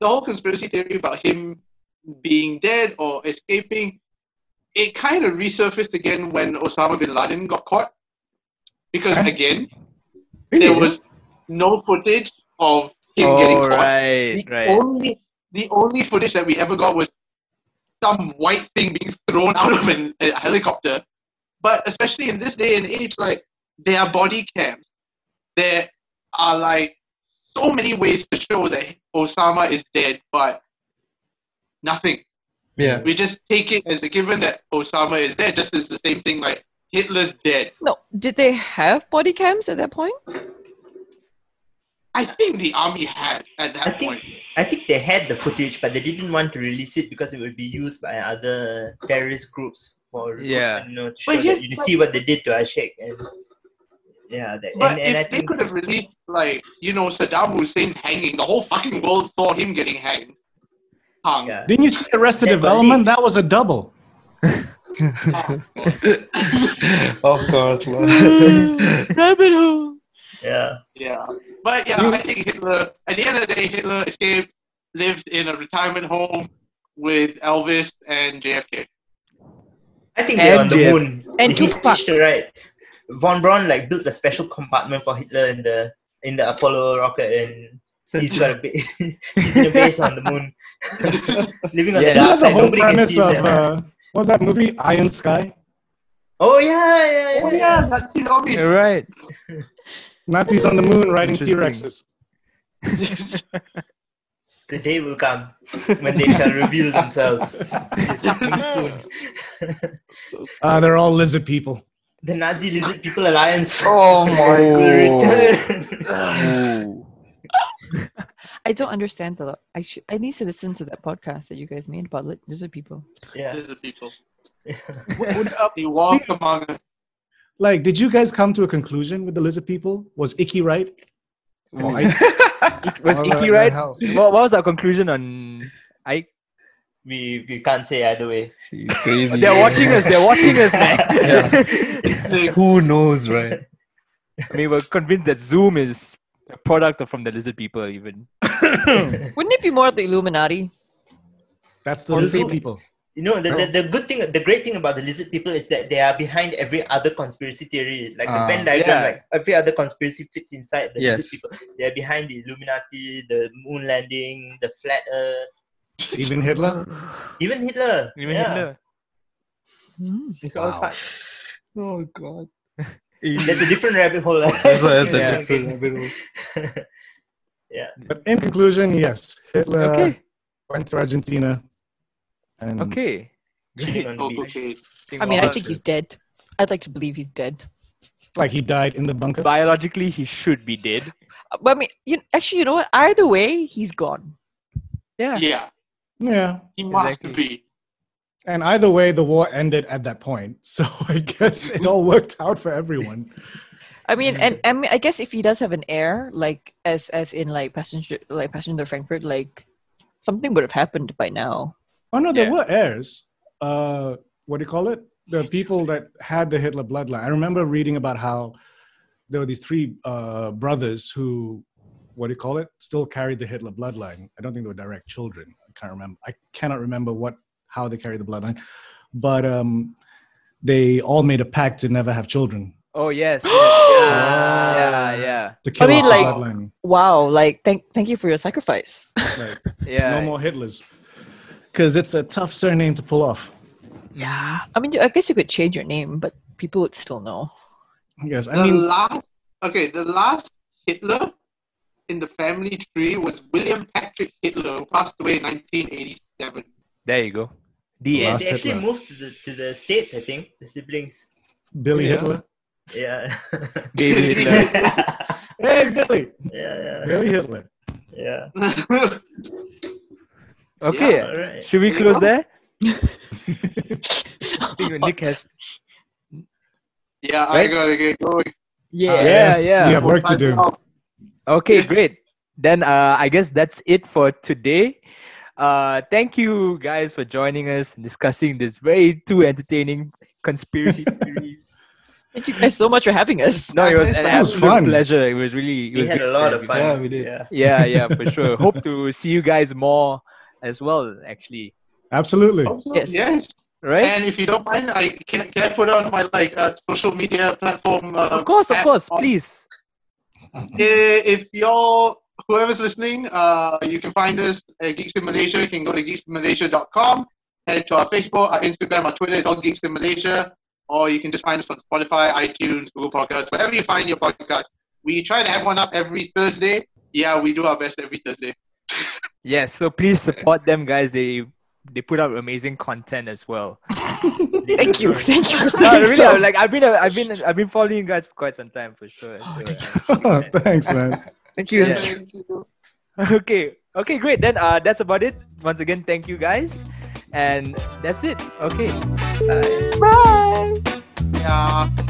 D: the whole conspiracy theory about him being dead or escaping, it kind of resurfaced again when Osama bin Laden got caught. Because again, there was no footage of him getting
C: oh,
D: caught.
C: right,
D: The
C: right.
D: only the only footage that we ever got was some white thing being thrown out of an, a helicopter. But especially in this day and age, like there are body cams. There are like so many ways to show that Osama is dead, but nothing.
F: Yeah.
D: We just take it as a given that Osama is dead, just as the same thing like Hitler's dead.
B: No, did they have body cams at that point?
D: I think the army had at that
A: I
D: point.
A: think I think they had the footage, but they didn't want to release it because it would be used by other terrorist groups for
C: Yeah.
A: you know, to show
D: But
A: that
D: here's
A: you
D: my-
A: see what they did to Ashik and yeah, that,
D: But
A: and, and
D: if
A: I
D: they
A: think
D: could have released like you know Saddam Hussein's hanging, the whole fucking world saw him getting hanged. Hung.
A: yeah,
E: Didn't you see Arrested
A: Yeah, but
E: Development?
A: it-
E: That was a double.
D: Oh, God.
F: of course.
B: Rabbit hole.
A: yeah,
D: yeah. But yeah, I think Hitler. At the end of the day, Hitler escaped, lived in a retirement home with Elvis and JFK.
A: I think they're on the
C: MJF.
A: moon.
B: And
A: They
B: Tupac.
A: hitched a ride. Von Braun like built a special compartment for Hitler in the in the Apollo rocket, and he's got a ba- he's in a base on the moon, living on the
C: Yeah.
A: dark
E: That's the
A: side.
E: whole
A: Nobody can see
E: premise of
A: them.
E: uh, what was that movie Iron Sky?
A: oh yeah, yeah, yeah.
D: Oh yeah, Nazi zombies.
C: You're right.
E: Nazis on the moon riding T
C: Interesting.
E: Rexes.
A: The day will come when they shall reveal themselves. It's coming soon.
E: Uh, they're all lizard people.
A: The Nazi Lizard People Alliance
F: Oh my.
A: will return.
B: I don't understand the. I should. I need to listen to that podcast that you guys made about li- lizard people.
A: yeah.
D: This is the people.
E: Would, uh,
D: He walked
E: speak-
D: among us.
E: like, did you guys come to a conclusion with the lizard people? Was Icky right? Oh, I-
C: Was
E: Oh,
C: Icky
E: the
C: right?
E: hell.
C: What, what was our conclusion on Ike?
A: We, we can't say either way.
F: He's crazy.
C: They're watching us. They're watching us, man.
F: Yeah. Who knows, right?
C: I mean, we're convinced that Zoom is a product of- from the lizard people, even.
B: Wouldn't it be more the Illuminati?
E: That's the
A: Oh,
E: lizard
A: so-
E: people.
A: You know, the, the, the good thing, the great thing about the lizard people is that they are behind every other conspiracy theory. Like the
F: Ah,
A: Venn diagram,
C: yeah.
A: like every other conspiracy fits inside the
F: Yes.
A: lizard people. They're behind the Illuminati, the moon landing, the flat earth,
E: Even Hitler.
A: even Hitler.
C: Even
A: yeah.
C: Hitler.
B: Hmm.
A: It's all
E: Wow.
A: part-
F: Oh God.
A: That's a different rabbit hole.
F: That's a, that's a
C: Yeah.
F: different rabbit hole.
E: But in conclusion, yes, Hitler
C: Okay.
E: went to Argentina. And
C: Okay.
A: Chilling on the
D: Oh,
A: beach.
D: okay.
B: I mean, I
C: Well,
B: think
C: uh,
B: he's dead. I'd like to believe he's dead.
E: Like he died in the
C: Uh,
E: bunker.
C: Biologically, he should be dead.
B: Uh, But I mean, you, actually, you know what? Either way, he's gone.
C: Yeah.
D: Yeah,
E: Yeah.
D: he must
C: Exactly.
D: be.
E: And either way, the war ended at that point. So I guess it all worked out for everyone.
B: I mean, and I mean, I guess if he does have an heir, like as as in like passenger, like passenger Frankfurt, like something would have happened by now.
E: Oh no, there
C: Yeah.
E: were heirs. Uh, what do you call it? The people that had the Hitler bloodline. I remember reading about how there were these three uh, brothers who, what do you call it, still carried the Hitler bloodline. I don't think they were direct children. I can't remember. I cannot remember what how they carried the bloodline, but um, they all made a pact to never have children
C: Oh, yes. yeah, yeah.
E: to
B: I
E: kill
B: mean,
E: off the
B: like-
E: bloodline.
B: Wow! Like, thank thank you for your sacrifice.
E: Like,
C: Yeah.
E: no more Hitlers, because it's a tough surname to pull off.
B: yeah. I mean, I guess you could change your name, but people would still know.
E: Yes, I
D: the
E: mean,
D: last, okay, the last Hitler in the family tree was William Patrick Hitler, who passed away in 1987.
C: There you go. The
A: They
E: Last-
C: end.
A: actually
E: Hitler.
A: moved to the to the states, I think. The siblings.
E: Billy
D: Yeah.
E: Hitler.
A: Yeah.
C: Baby Hitler.
A: yeah,
E: Hey, Billy.
A: yeah,
E: Billy Hitler.
A: yeah.
C: Okay.
A: All right.
C: Should we close there? I think
B: yeah,
C: Nick has.
D: yeah, I
C: Right?
D: gotta get going.
E: Yes,
C: yeah.
E: We have work to do.
D: Myself.
C: Okay,
D: Yeah.
C: great. Then uh, I guess that's it for today. Uh, thank you guys for joining us and discussing this very too entertaining conspiracy theories.
B: thank you guys so much for having us.
C: No, it was an
D: That
E: was
C: absolute
E: fun.
C: pleasure. It was really. It
A: We
C: was
A: had
C: great
A: a lot
C: having
A: of
C: you.
A: fun.
F: Yeah, we did.
A: Yeah.
C: Yeah, yeah, for sure. Hope to see you guys more as well. Actually,
E: Absolutely.
D: Also,
B: Yes.
D: yes.
C: right?
D: And if you don't mind, I can, can I put on my like uh, social media platform. Uh,
C: of course, of
D: app
C: course.
D: on-
C: Please.
D: Eh, if y'all whoever's listening uh, you can find us at geeks in malaysia you can go to geeksinmalaysia.com head to our facebook our instagram our twitter it's all geeks in malaysia or you can just find us on spotify itunes google podcasts wherever you find your podcast we try to have one up every thursday yeah we do our best every thursday
C: Yes. So please support them, guys. They they put out amazing content as well.
B: Thank you, thank you for
C: No,
B: saying
C: really,
B: so.
C: like I've been, I've been, I've been following you guys for quite some time for sure. So, uh,
E: Thanks, man.
B: Thank you.
C: Yeah.
D: Thank you.
C: Okay. Okay, great. Then uh, that's about it. Once again, thank you guys. And that's it. Okay.
A: Bye.
B: Bye.
D: Yeah.